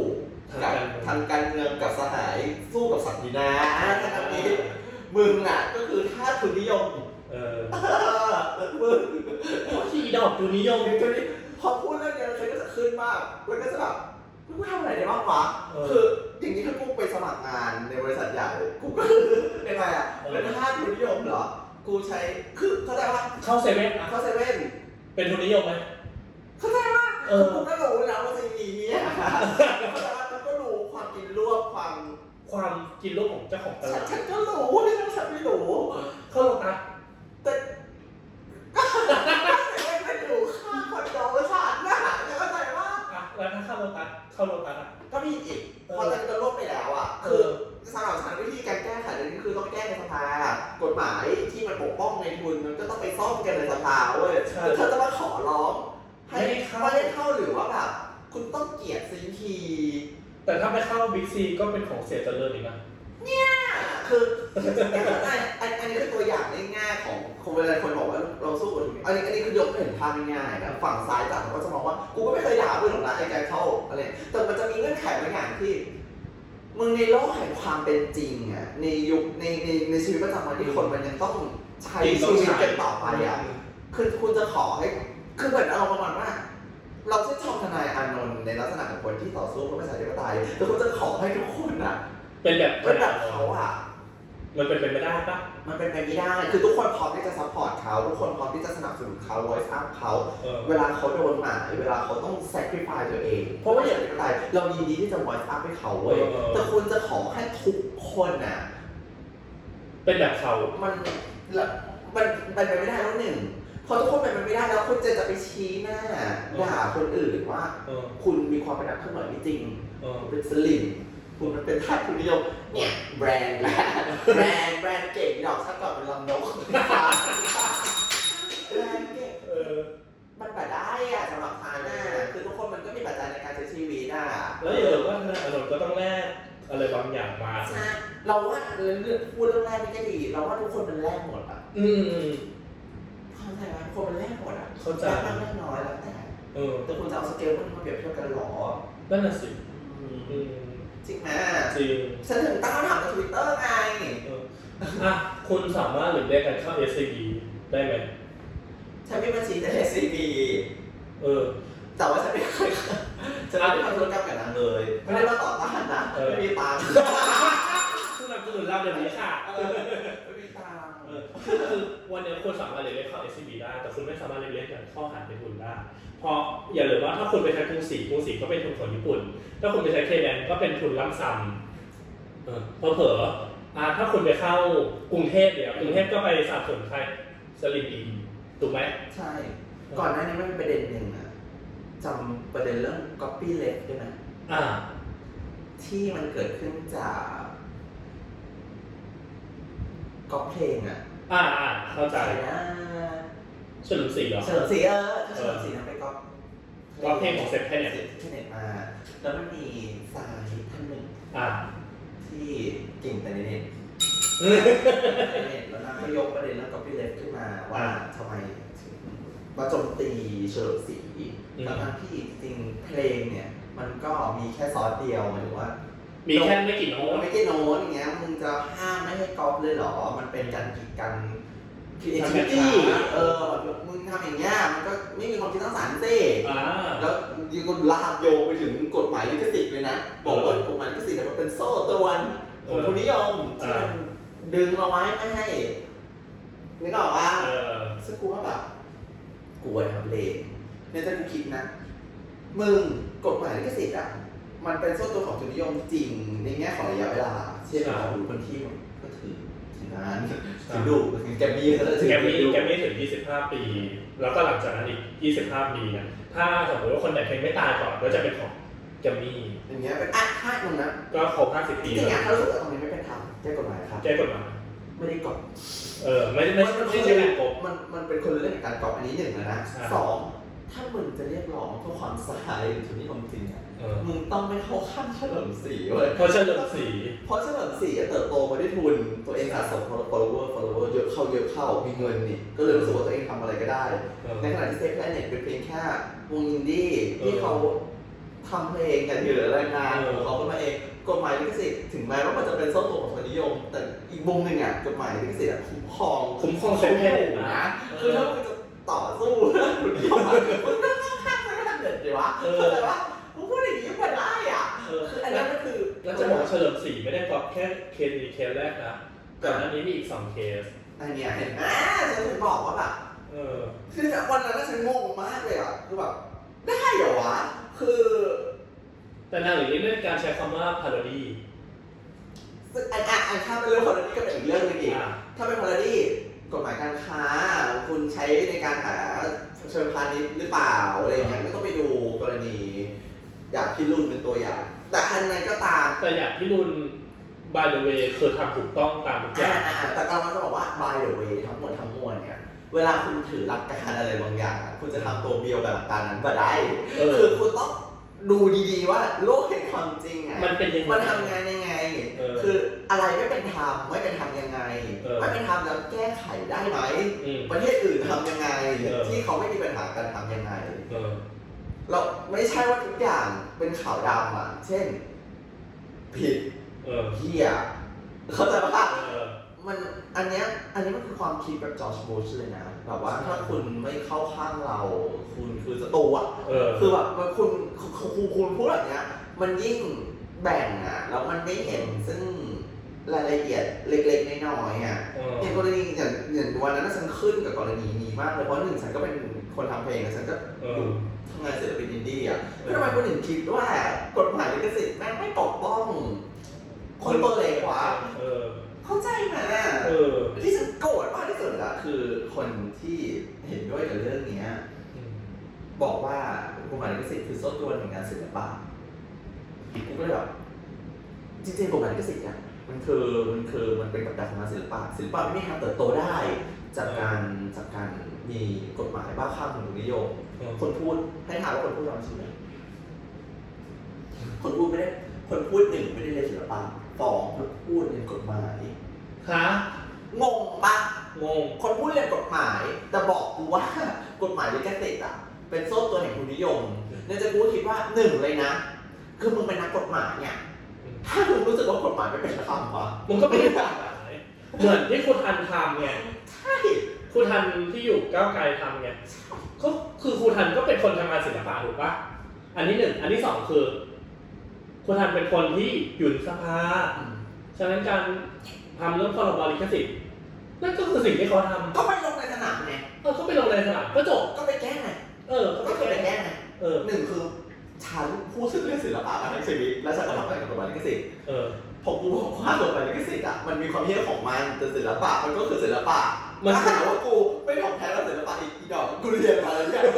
C: กับทางการเมืองกับสหายสู้กับศักดินาถ้าทำนี้ มึงอ่ะก็คือท่าสทุนนิยม
B: เออ
C: เออ มึง
B: โอ้ยอีดอกตัวนิยม
C: ตัวนี้พอพูดเรื่องเนี้ยมันก็จะขึ้นมากมันก็จะแบบกูทำอะไรได้บ้างวะ
B: เออ
C: คืออย่างนี้ถ้ากูไปสมัครงานในบริษัทใหญ่กูก็คือเป็นไงอ่ะ
B: เออ
C: เป็นท่าสทุนนิยมเหรอกูใช้คือเข้าใจว่า
B: เข้าเซเว่นอะ
C: เข้าเซเว่น
B: เป็นทุนนิยมไหม
C: เข้าใจว่า
B: เออ
C: กูก็รู้แล้วว่าจะมีเนี่ยเข้าใจว่ากูก็รู้ความกินรวบความ
B: ความกินโลกของเจ้าของต
C: ฉั
B: ลานด
C: ฉันก็รู้ที่ฉันไม่รู้
B: เข้าโลตัส
C: แต่ไม่ไปอยู่ข้างคอนโดฉันนะแล้วก็ใจว่า
B: อะแล้วถ้าเข้าโลตัสเข้าโลตัสอะ
C: ก็มีอีก
B: เออ
C: พอจะลบไปแล้วอ่ะ คือสำหรับฉันวิธีการแก้ไขเรื่องนี้คือต้องแก้ในสภากฎหมายที่มันปกป้องในทุนมันก็ต้องไปซ่อมกันในสภาเว้ย
B: ใช่
C: แต่เธอจะมาขอร้องให้
B: ไม่ได้เข้า
C: ไม่ได้เข้าหรือว่าแบบคุณต้องเกลียดซีที
B: แต่ถ้าไม่เข้าบิ๊กซีก็เป็นของเสียเจริญอีกนะ
C: อ่ะคือแก้ไขอันอันนี้คือตัวอย่างง่ายๆของคนเวลาคนบอกว่าเราสู้กับทุนอันนี้อันนี้คือยกให้เห็นภาพง่ายๆนะฝั่งซ้ายจัดเขาก็จะมองว่ากูก็ไม่เคยด่ามึงหรอกนะไอ้การเข้าอะไร แต่มันจะมีเงื่อนไขบางอย่างที่ มึงในโลกแห่งความเป็นจริงอ่ะในยุคในในในชีวิตประจำวันที่คนมันยังต้องใช้
B: จริงต้อง
C: ชีวิต
B: ใช้
C: กันต่อไปอ่ะคือคุณจะขอให้คือเหมือนเอาประมาณว่า เราชื่นชมทนายอานนท์ในลักษณะของคนที่ต่อสู้เพื่อประชาธิปไตยแต่คุณจะขอให้ทุกคนอ่ะ
B: เป็นแบบ
C: เป็นแบบเขาอ่ะ
B: มันเป็นไปไม่ได้ปะ
C: มันเป็นไปไม่ได้ คือทุกคนพร้อมที่จะซัพพอร์ตเขาทุกคนพร้อมที่จะสนับสนุนเขาไว้สร้างเขา
B: เออ
C: เวลาเขาโดนหมายเวลาเขาต้อง sacrifice ตัวเอง เพราะว่าอย่างไรเรายินดีที่จะ voice up ให้เขาเว้ย
B: เออเออ
C: แต่คุณจะขอให้ทุกคนน่ะ
B: เป็นแบบเขา
C: มันละมันมันเป็นไปไม่ได้แล้วหนึ่ง พอทุกคนเป็นไปไม่ได้แล้วคุณจะจะไปชี้หน้าด่าคนอื่นว่า
B: เออ
C: คุณมีความเป็นนักเคลื่อนไหวไม่จริง
B: เออ
C: เป็นสลิมคุณมันเป็นทาสทุนนิยมเนี่ยแบรนด์แหละแบรนด์แบรนด์เก่งดอกชักก่อนเป็นลำนกแบรนด์เก่ง
B: เออ
C: มันแบบได้อะสำหรับทานน่ะคือทุกคนมันก็มีปัจจัยในการใช้ชีวิตอ่ะ
B: แล้วอย่าลืมว่าธนาคารก็ต้องแลกอะไรบางอย่างมา
C: ใช่เราว่าเรื่องพูดเรื่องแรกนี่ก็ดี เราว่าทุกคนมันแรกหมดอ่ะ
B: อืม
C: เข้าใจไหมคนมันแรกหมดอ่ะ
B: เข้าใจ
C: แรกมากแรกน้อยแล้วแต่
B: เออ
C: แต่คุณจะเอาสเกลพวกนี้มาเปรียบเทียบกันหรอ
B: นั่นน่ะสิ
C: อืม
B: อืม
C: จริงไหม
B: จริง
C: ฉันถึงตั้งคำถามในทวิตเตอร์ไง
B: เอออ่ะคุณสามารถหรือเรียกกันเข้า S C B ได้ไหม
C: ฉันมีบัญชีแต่ SCB
B: เออ
C: แต่ว่าฉันไม่เคย ฉันไม่ทำธุรกรรมกับนางเลย ไม่ได้มาต่อต้านนะ
B: เออ
C: ไม่มีตัง ค์
B: สนับสนุนเราเดี๋ยวนี้ค่ะ
C: เออไม่มีตังค์
B: เออคือคือวันเนี้ยคุณสามารถเรียกเข้า SCB ได้ แต่คุณไม่สามารถเรียกกันเข้าหาดในทุนได้ เพราะอย่าลืมว่าถ้าคุณไปใช้กรุงศรีกรุงศรีก็เป็นทุนของญี่ปุ่น ถ้าคุณไปใช้เคแบงก็เป็นทุนล้ำซ้ำเออเผลอๆอ่าถ้าคุณไปเข้ากรุงเทพเนี่ยกรุงเทพก็ไปสนับสนุนใครสลิมอีกถูกไหม
C: ใช่ ก่อนหน้านี้มันมีประเด็นหนึ่งอะจำประเด็นเรื่อง copy left ได้ไหม
B: อ่า
C: ที่มันเกิดขึ้นจากก๊อปเพลงอะ
B: อ่าอ่าเข้าใจ
C: ใครนะ
B: เฉลิมศรีเหรอ
C: เฉลิมศรีเออถ้าเฉลิมศรีนำไปก๊อป
B: ก็เพลงของเซฟแค่
C: เน็
B: เนี่
C: ต
B: ย
C: เน็ตมาแล้วมันมีสายท่านหนึ่ง
B: อ่า
C: ที่เก่งแต่ในเน็ต เน็ตแล้วนางก็ยกประเด็นเรื่องก๊อปปี้เลฟขึ้นมาว่าทำไมถึงมาโจมตีเฉลิมศรี
B: อืม
C: ทั้งๆที่จริงๆเพลงเนี่ย มันก็มีแค่ซอสเดียวหมายถึงว่า
B: มีแค่ไม่กี่โน้ต
C: ไม่ใช่โน้ตอย่างเงี้ยมึงจะห้ามไม่ให้ก๊อปเลยเหรอ มันเป็นการกีดกันคิด
B: ทำให้
C: คิด
B: ขาด
C: เออมึงทำอย่างเงี้ยมันก็ไม่มีความคิดสร้างสรรค์สิ
B: อ่า
C: แล้ว มันลากโยงไปถึงกฎหมายลิขสิทธิ์เลยนะ บอกว่ากฎหมายลิขสิทธิ์เนี่ยมันเป็นโซ่ตรวนของทุนนิยมที่มันดึงเราไว้ไม่ให้นึกออกว่า
B: เออ
C: ซึ่งกูว่าแบบกูอะทำเลในใจกูคิดนะ มึงกฎหมายลิขสิทธิ์อ่ะ มันเป็นโซ่ตัวของจุลนิยมจริงในแง่ของระยะเวลา เช่น
B: ใช่
C: เราดูพื้นที่มันก็ถือถึงนานถึงดุถึงแกมมี่ก็ถึง
B: แกมมี่
C: ดุ
B: แกมมี่ถึง 25 ปี แล้วก็หลังจากนั้นอีก 25 ปีนะถ้าสมมติว่าคนไหนเพลงไม่ตายก่อนก็จะเป็นของแกมมี่
C: อย่างเงี้ยเป็นอ่ะค่าตรงนะ
B: ก็ครบ50
C: จ
B: ปี
C: ริงๆ
B: แล้
C: อ่ะ
B: ว
C: เขารู้สึกว่าตรงนี้ไม่เป็นธรรมแก้กฎหมายครับ
B: แก้กฎหมาย
C: ไม่ได้กรอบ
B: เออ ไม่ไม่
C: มัน
B: ไม่ใช่การกบ
C: มันมันเป็นคนละเรื่องกับการกรอบอันนี้หนึ่งแล้วนะ
B: ใช่
C: สองถ้ามึงจะเรียกร้องเพื่อความสหายหรือจุลนิยมจริงอ่ะ
B: เออ
C: มึงต้องไม่เข้าขั้นเฉลิมศรีเว้ย
B: เพราะฉะนั้นสี
C: เพราะฉะนั้นสี่เติบโตมาด้วยทุน ตัวเองสะสม follower follower เยอะเข้าเยอะเข้ามีเงินนี่ก็เลยรู้สึกว่าตัวเองทำอะไรก็ได้ ในขณะที่เซฟแพลเน็ตเป็นเพียงแค่วงอินดี้
B: เออ
C: ที่เขาทำเพลงกันอยู่หรือรายงาน
B: เออ
C: ของเขาขึ้นมาเองกฎหมายลิขสิทธิ์ถึงแม้ว่ามันจะเป็นโซ่ตรวจของคนนิยม แต่อีกวงหนึ่งอ่ะกฎหมายลิขสิทธิ์อะคุ้มครอง
B: คุ้มครองเซฟแพลเน็ตนะ
C: คือถ้าคุณจะต่อสู้ เรื่องคุณนิยมอะคุณต้องข้างข้างกันเด็ดเลยวะ
B: เออ
C: เข้าใจปะกูพูดอย่างนี้ไม่ได้อ่ะ
B: เออ
C: คืออันนั้นก็คือ
B: แล้วจะบอกเฉลิมศรีไม่ได้กอบแค่เคสนี้เคสแรกนะก่อนหน้านี้มีอีก 2 เคส
C: อันเนี้ยเห็นไหมฉันถึงบอกว่าแบบ
B: เออ
C: คือแบบวันนั้นน่ะฉันงงมากเลยอ่ะคือแบบได้เหรอวะ คือ
B: แต่นางหลิงเรื่องการใช้คำว่าพาราดี
C: ซึ่งอันอ่ะอันถ้าเป็นเรื่องพอลดี้ก็เป็นอีกเรื่องหนึงอีก ถ้าเป็นพอลดี้กฎหมายการค้า คุณใช้ในการหาเชิงพาณิชย์หรือเปล่าอะไรอย่างเงี้ยไม่ต้องไปดูกรณี อยากพิรุณเป็นตัวอย่าง แต่อันนั้นก็ตาม
B: แต่อย่างที่รุนบายเดเวคือทำถูกต้องตามทุกอ
C: อ่า
B: ย่าง
C: ๆแต่กำลังจะบอกว่า by the way ทั้งหมดทั้งมวลเนี่ย เวลาคุณถือหลักการอะไรบางอย่าง คุณจะทำตัวเบียวกับหลักการนั้นก็ได้
B: เอ
C: คือ
B: อ
C: คุณต้องดูดีๆว่าโลกแห่งความจริงอ่ะ
B: มันเป็นยังไง
C: มันทำงานยังไง
B: เออ
C: คืออะไรไม่เป็นธรรมไม่เป็นธรรมยังไง
B: เออ
C: ไม่เป็นธรรมแล้วแก้ไขได้ไหม
B: อืม
C: ประเทศอื่นทำยังไง
B: เออ
C: ที่เขาไม่มีปัญหากันทำยังไง
B: เออ
C: เราไม่ใช่ว่าทุกอย่างเป็นขาวดำอ่ะ เช่น ผิด
B: เออ
C: เพี้ยเข้าใจปะ
B: เออ
C: มันอันเนี้ยอันนี้มันคือความคิดแบบจอร์จบูชเลยนะแบบว่าถ้าคุณไม่เข้าข้างเรา คุณคือศัตรูอะ
B: เออ
C: คือแบบมันคุณคุณคุณคุณพูดแบบเนี้ย มันยิ่งแบ่งอะแล้วมันไม่เห็นซึ่งรายละเอียดเล็กๆน้อยๆอะ
B: เออ
C: อย่างกรณีอย่างอย่างวันนั้นนะฉันขึ้นกับกรณีนี้มากเลยเพราะหนึ่งฉันก็เป็นคนทำเพลงนะฉันก็
B: เออ
C: ดูทำงานศิลปินอินดี้อะแล้วทำไมคนอื่นคิดว่ากฎหมายลิขสิทธิ์แม่งไม่ปกป้อง คนตัวเล็กกว่า
B: เออ
C: เข้าใจไหมอะ
B: เออ
C: ที่ฉันโกรธมากที่สุดอะคือคนที่เห็นด้วยกับเรื่องเนี้ย
B: อืม
C: บอกว่ากฎหมายลิขสิทธิ์คือโซ่ตรวนแห่งงานศิลปะกูก็เลยแบบจริงๆกฎหมายลิขสิทธิ์เนี่ยมันคือมันคือมันเป็นกับดักของงานศิลปะศิลปะไม่มีทางเติบโตได้ จากการจากการมีกฎหมายบ้าคลั่งของทุนนิยม
B: เออ
C: คนพูดให้ถามว่าคนพูดทำศิลปะคนพูดไม่ได้คนพูดหนึ่งไม่ได้เรียนศิลปะสองคนพูดเรียนกฎหมาย
B: ฮะ
C: งงปะ
B: งง
C: คนพูดเรียนกฎหมาย แต่บอกกูว่ากฎหมายลิขสิทธิ์อ่ะ เป็นโซ่ตัวแห่งทุนนิยมเนื่องจากกูคิดว่าหนึ่งเลยนะ คือมึงเป็นนักกฎหมายเนี่ยถ้ามึงรู้สึกว่ากฎหมายไม่เป็นธรรมวะ
B: มึงก็ไม่ได้ต่างอะไรเหมือนที่คุณทันทำไง
C: ใช่
B: คุณทันที่อยู่ก้าวไกลทำไงก็คือคุณทันก็เป็นคนทำงานศิลปะถูกปะอันนี้หนึ่ง อันที่สองคือ คุณทันเป็นคนที่อยู่ในสภา ฉะนั้นการทำเรื่องพรบลิขสิทธิ์นั่นก็คือสิ่งที่เขาท
C: ก็ไปลงในสนามไง
B: ำเออเขาไปลงในสนามก็จบ
C: ก็ไปแก้ไง
B: เออ
C: ก็
B: เขา
C: คือ
B: ไป
C: ไป
B: แก้
C: แก้ไง
B: เออ
C: หนึ่งคือฉันพูดถึงเรื่องศิลปะมาทั้งชีวิตและฉันก็ทำงานกับกฎหมายลิขสิทธิ์
B: เออ
C: ผมกูบอกว่ากฎหมายลิขสิทธิ์อ่ะมันมีความเหี้ยของมันแต่ศิลปะมันก็คือศิลปะ
B: มัน
C: ถ้าหากว่ากูไม่ของแท้แล้วศิลปะอีกอีดอกกูเรียนมาแล้วเนี่ย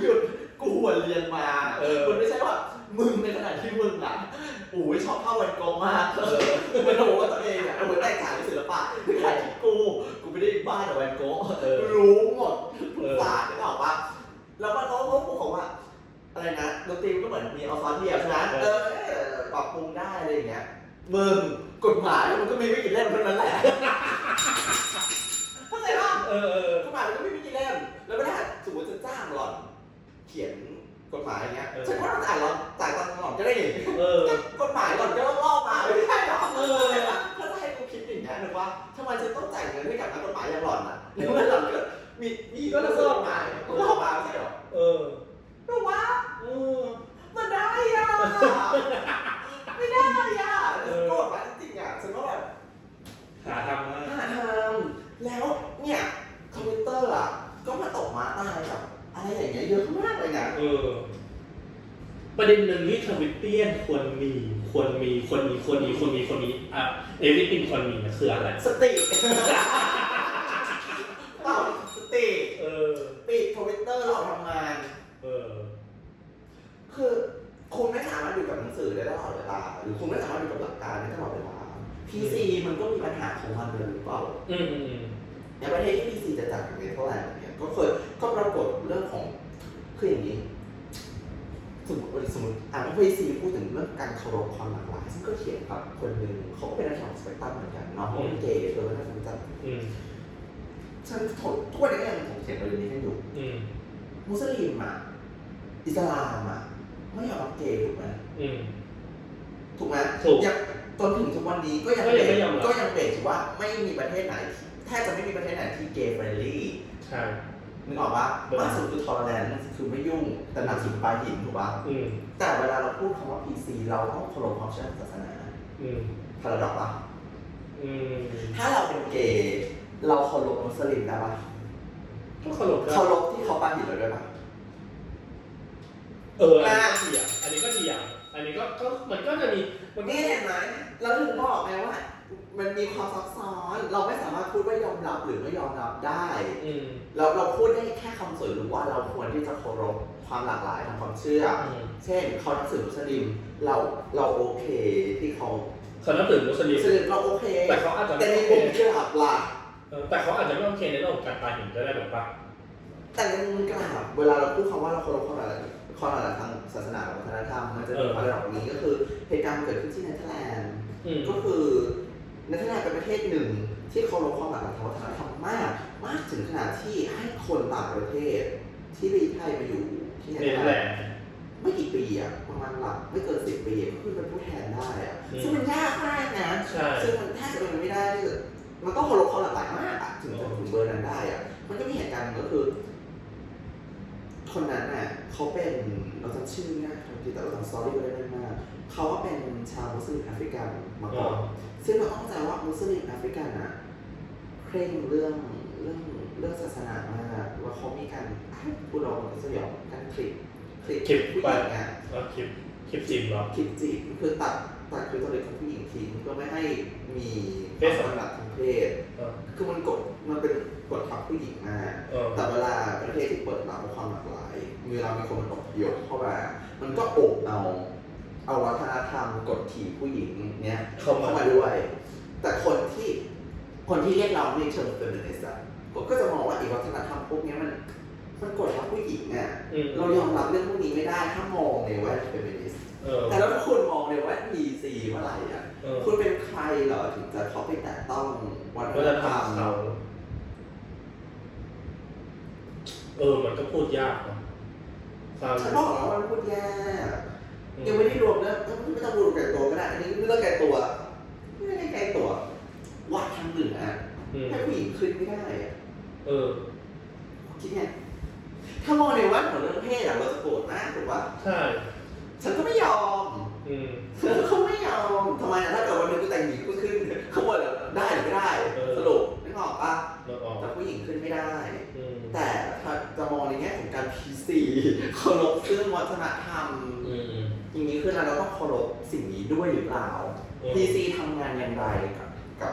C: หยุดกูหัวเรียนมา
B: เออ
C: มันไม่ใช่ว่ามึงในขณะที่มึงอ่ะโอ้ยชอบเข้าวันโกงมากเออมันโหว่าตัวเองอ่ะโอ้ยได้ขายศิลปะได้ขายที่กู กูไม่ได้บ้าแต่วันโกง
B: เออ
C: รู้หมดทุก
B: เออ
C: ศาสตร์นึกออกปะแล้วมันเขาก็พูดของว่า อะไรนะดนตรีมันก็เหมือนมีเอาซอนเดียวใช่ไหมเออปรับปรุงได้อะไรอย่างเงี้ยมึงกฎหมายมันก็มีไม่กี่เล่มเท่านั้นแหละ เข้าใจปะ
B: เออเออ
C: กฎหมายมันก็ไม่มีกี่เล่มแล้วไม่ได้สมมติจะจ้างหล่อน เขียนกฎหมายอย่างเงี้ย
B: เออ
C: ฉันว่าเราจะอ่านหล่อนจ่ายตังค์หล่อนก็ได้นี่
B: เออ
C: กฎหมายหล่อนก็ต้องล่อมาไม่ได้หรอก
B: เออ
C: ถ้าจะให้กูคิดอย่างนี้ยหรือว่าทำไมฉันต้องจ่ายเงินให้กับนักกฎหมายอย่างหล่อนอ่ะในเมื่อหล่อนก็มีมีก็ต้องล่อมาล่อมาไม่ใช่ ตกมาตายแบบอะไรอย่างเงี้ยเยอะมากเลยนะ
B: เออ ประเด็นหนึ่งที่ทวิตเตียนควรมี ควรมี ควรมี ควรมี ควรมี ควรมี อ่ะ เอวิตินควรมีนะคืออะไร
C: สติเปล่าสติ
B: เออ
C: ปิดทวิตเตอร์เราทำงาน
B: เออ
C: คือคุณไม่สามารถอยู่กับหนังสือได้ตลอดเวลา หรือคุณไม่สามารถอยู่กับหลักการได้ตลอดเวลา PC มันก็มีปัญหาของมันเลยหรือเปล่า
B: อืมอืม
C: ในประเทศที่ PC จะจัดอย่างนี้เท่าไหร่เนี่ยก็เคยก็ปรากฏเรื่องของคืออย่างนี้ สมมติสมมติอ่า PC พูดถึงเรื่องการเคารพความหลากหลายซึ่งก็เขียนกับคนหนึ่งเขาก็เป็นนักข่าวสเปกตรัมเหมือนกันเนาะเขาเป็นเกย์เธอก็น่าสนใจ
B: อืม
C: ฉันถกทุกวันนี้ก็ยังถกเถียงประเด็นนี้กันอยู่
B: อืม
C: มุสลิมอ่ะอิสลามอ่ะไม่ยอมรับเกย์ถูกไหม
B: อืม
C: ถูกไหม
B: ถูก
C: ยังจนถึงทุกวันนี้ก็ยัง
B: ก็ยังไม่
C: เบรก
B: ยอมรับ
C: ก็ยังเบรกถือว่าไม่มีประเทศไหนที่แทบจะไม่มีประเทศไหนที่เกย์เฟรนลี่
B: ใช่
C: นึกออกปะ
B: เออ
C: มากสุดคือทอร์แลนด์คือไม่ยุ่งแต่หนักสุดปลาหินถูกปะ
B: อืม
C: แต่เวลาเราพูดคำว่า PC เราต้องเคารพความเชื่อทางศาสนา
B: อืม
C: พาราดอกปะ
B: อืม
C: ถ้าเราเป็นเกย์เราเคารพมุสลิมได้ปะ
B: ก็เคารพได้
C: เคารพที่เขาปาหินเราด้วยปะ
B: เออ อันนี้ก็เถียงอันนี้ก็เถียงอันนี้ก็ก็มันก็จะมี มันก็
C: นี่เห็นไหมเราถึงบอกไงว่า มันมีความซับซ้อน เราไม่สามารถพูดว่ายอมรับหรือไม่ยอมรับได้
B: อืม
C: เราเราพูดได้แค่คำสวยหรือว่าเราควรที่จะเคารพความหลากหลายทางความเชื่อ
B: อืม
C: เช่นเขานับถือมุสลิมเราเราโอเคที่เขา
B: เขานับถือมุสลิ
C: มุ
B: ม
C: สลิมเราโอเค
B: แต่เขาอาจจะ
C: แต่
B: ไม่
C: ใน
B: โอเค
C: มุมกลับล่ะ
B: เออแต่เขาอาจจะไม่โอเคในเรื่องของการตายหินก็ได้แบบว่า
C: แต่ในมุมกลับเวลาเราพูดคำว่าเราเคารพความหลากหลายความหลากหลายทางศาสนาและวัฒนธรรมมันจะมีความหลากหลายแบบนี้ก็คือเหตุการณ์เกิดขึ้นที่เนเธอร์แลนด์
B: อืม
C: ก็คือเนเธอร์แลนด์เป็นประเทศหนึ่งที่เคารพความหลากหลายทางวัฒนธรรมมาก มากถึงขนาดที่ให้คนต่างประเทศ ที่รีไทยมาอยู่ที่เน
B: เน
C: เธ
B: เธ
C: อ
B: อ
C: ร์
B: ร์แล
C: แลนด์
B: นด์
C: ไม่กี่ปีอะประมาณหลักไม่เกินสิบปีก็คือเป็นผู้แทนได้อะ
B: อืม
C: ซึ่งมันยากมากนะ
B: ใช่
C: ซึ่งมันแทบจะเป็นไปไม่ได้ที่มันต้องเคารพความหลากหลายมากอะถึงจะถึงเบอร์นั้นได้อะมันก็มีเหตุการณ์หนึ่งก็คือ คนนั้นน่ะเขาเป็นเราจำชื่อไม่ได้ทันทีแต่เราจำสตอรี่ไม่ได้แม่นมากเขาว่าเป็นชาวมุสลิมแอฟริกันมาก่อน ซึ่งเราต้องใจว่ามุสลิมแอฟริกันนะเคร่งเรื่องเรื่องเรื่องศาสนามากแล้วเขามีการพูดเรามันก็สยองการคลิปคลิป
B: คลิป
C: ผู้หญิงอ่ะ
B: ก็คลิปคลิปจีบเหรอ
C: คลิปจีบคือตัดตัดคือตัวเล็กของผู้หญิงทิ้งเพื่อไม่ให้มี
B: เพศสั
C: สั
B: ม
C: ม
B: พั
C: พัน
B: นธ์
C: ธ์ทางเพศ
B: เออ
C: คือมันกดมันเป็นกดทับผู้หญิงมาก
B: เออ
C: แต่เวลาประเทศที่เปิดรับความหลากหลายเวลามีคนมันอบยกเข้ามามันก็โอบเอาเอาวัฒนธรรมกดขี่ผู้หญิงเนี้ย
B: เข้า
C: เข้า
B: มา
C: มาด้วย แต่คนที่คนที่เรียกเราในเชิงเฟมินิสต์อะผมก็จะมองว่าอีกวัฒนธรรมพวกเนี้ยมันมันกดทับผู้หญิงอะ
B: อืม
C: เรายอมรับเรื่องพวกนี้ไม่ได้ถ้ามองในแว่าเฟมินิสต์
B: เออ
C: แต่แล้วถ้าคุณมองในแว่า PC เมื่อไหร่อะ
B: เออ
C: คุณเป็นใครเหรอถึงจะเขาไปแตะต้องวัฒ
B: ก็
C: น
B: จะ
C: ธรรม
B: ทำเขาเออ มันก็พูดยากเนอะฟัง
C: ฉันบอกแล้วว่ามันพูดยาก
B: อื
C: ยัง
B: ม
C: ไม่ได้รวมนะไม่ต้องรวมไก่ตัวก็ได้อันนี้ไม่เรื่องไก่ตัว ไม่ได้ไก่ตัว วัดทางเหนืออะ
B: อืม
C: ให้ผู้หญิงขึ้นไม่ได้อะ
B: เออ
C: คิดไงถ้ามองในวัดของเรื่องเพศอะเราจะโกรธมากถูกปะ
B: ใช่
C: ฉันก็ไม่ยอม
B: อืม
C: เขาไม่ยอมทำไมอะถ้าเกิดวันหนึงกูแต่งหญิงกูขึ้นขบวนเหรอได้หรือไม่ได้
B: เออ
C: สรุปนึกออกปะ
B: เราออก
C: แต่ผู้หญิงขึ้นไม่ได้
B: อืม
C: แต่ถ้าจะมองในแง่ของการพีซีเคารพซึ่งวัฒนธรรม
B: อืมอืม
C: อย่างนี้คือเราต้องเคารพสิ่งนี้ด้วยหรือเปล่า
B: อืม
C: พีซีทำงานอย่างไรกับกับ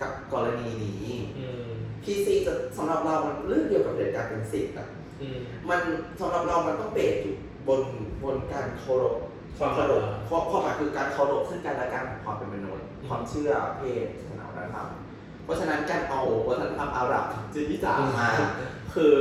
C: กับกรณีนี้
B: อืม
C: พีซีจะสำหรับเรามันเรื่องเดียวกับเด็กการเป็นสิทธิ์อะ
B: อืม
C: มันสำหรับเรามันต้องเบสอยู่บนบนการเคารพ
B: ความ
C: เคารพเพราะความหมายคือการเคารพซึ่งกันและกันของความเป็นมนุษย์ความเชื่อเพศศาสนาวัฒนธรรมเพราะฉะนั้นการเอาวัฒนธรรมอาหรับจีนที่จามา คือ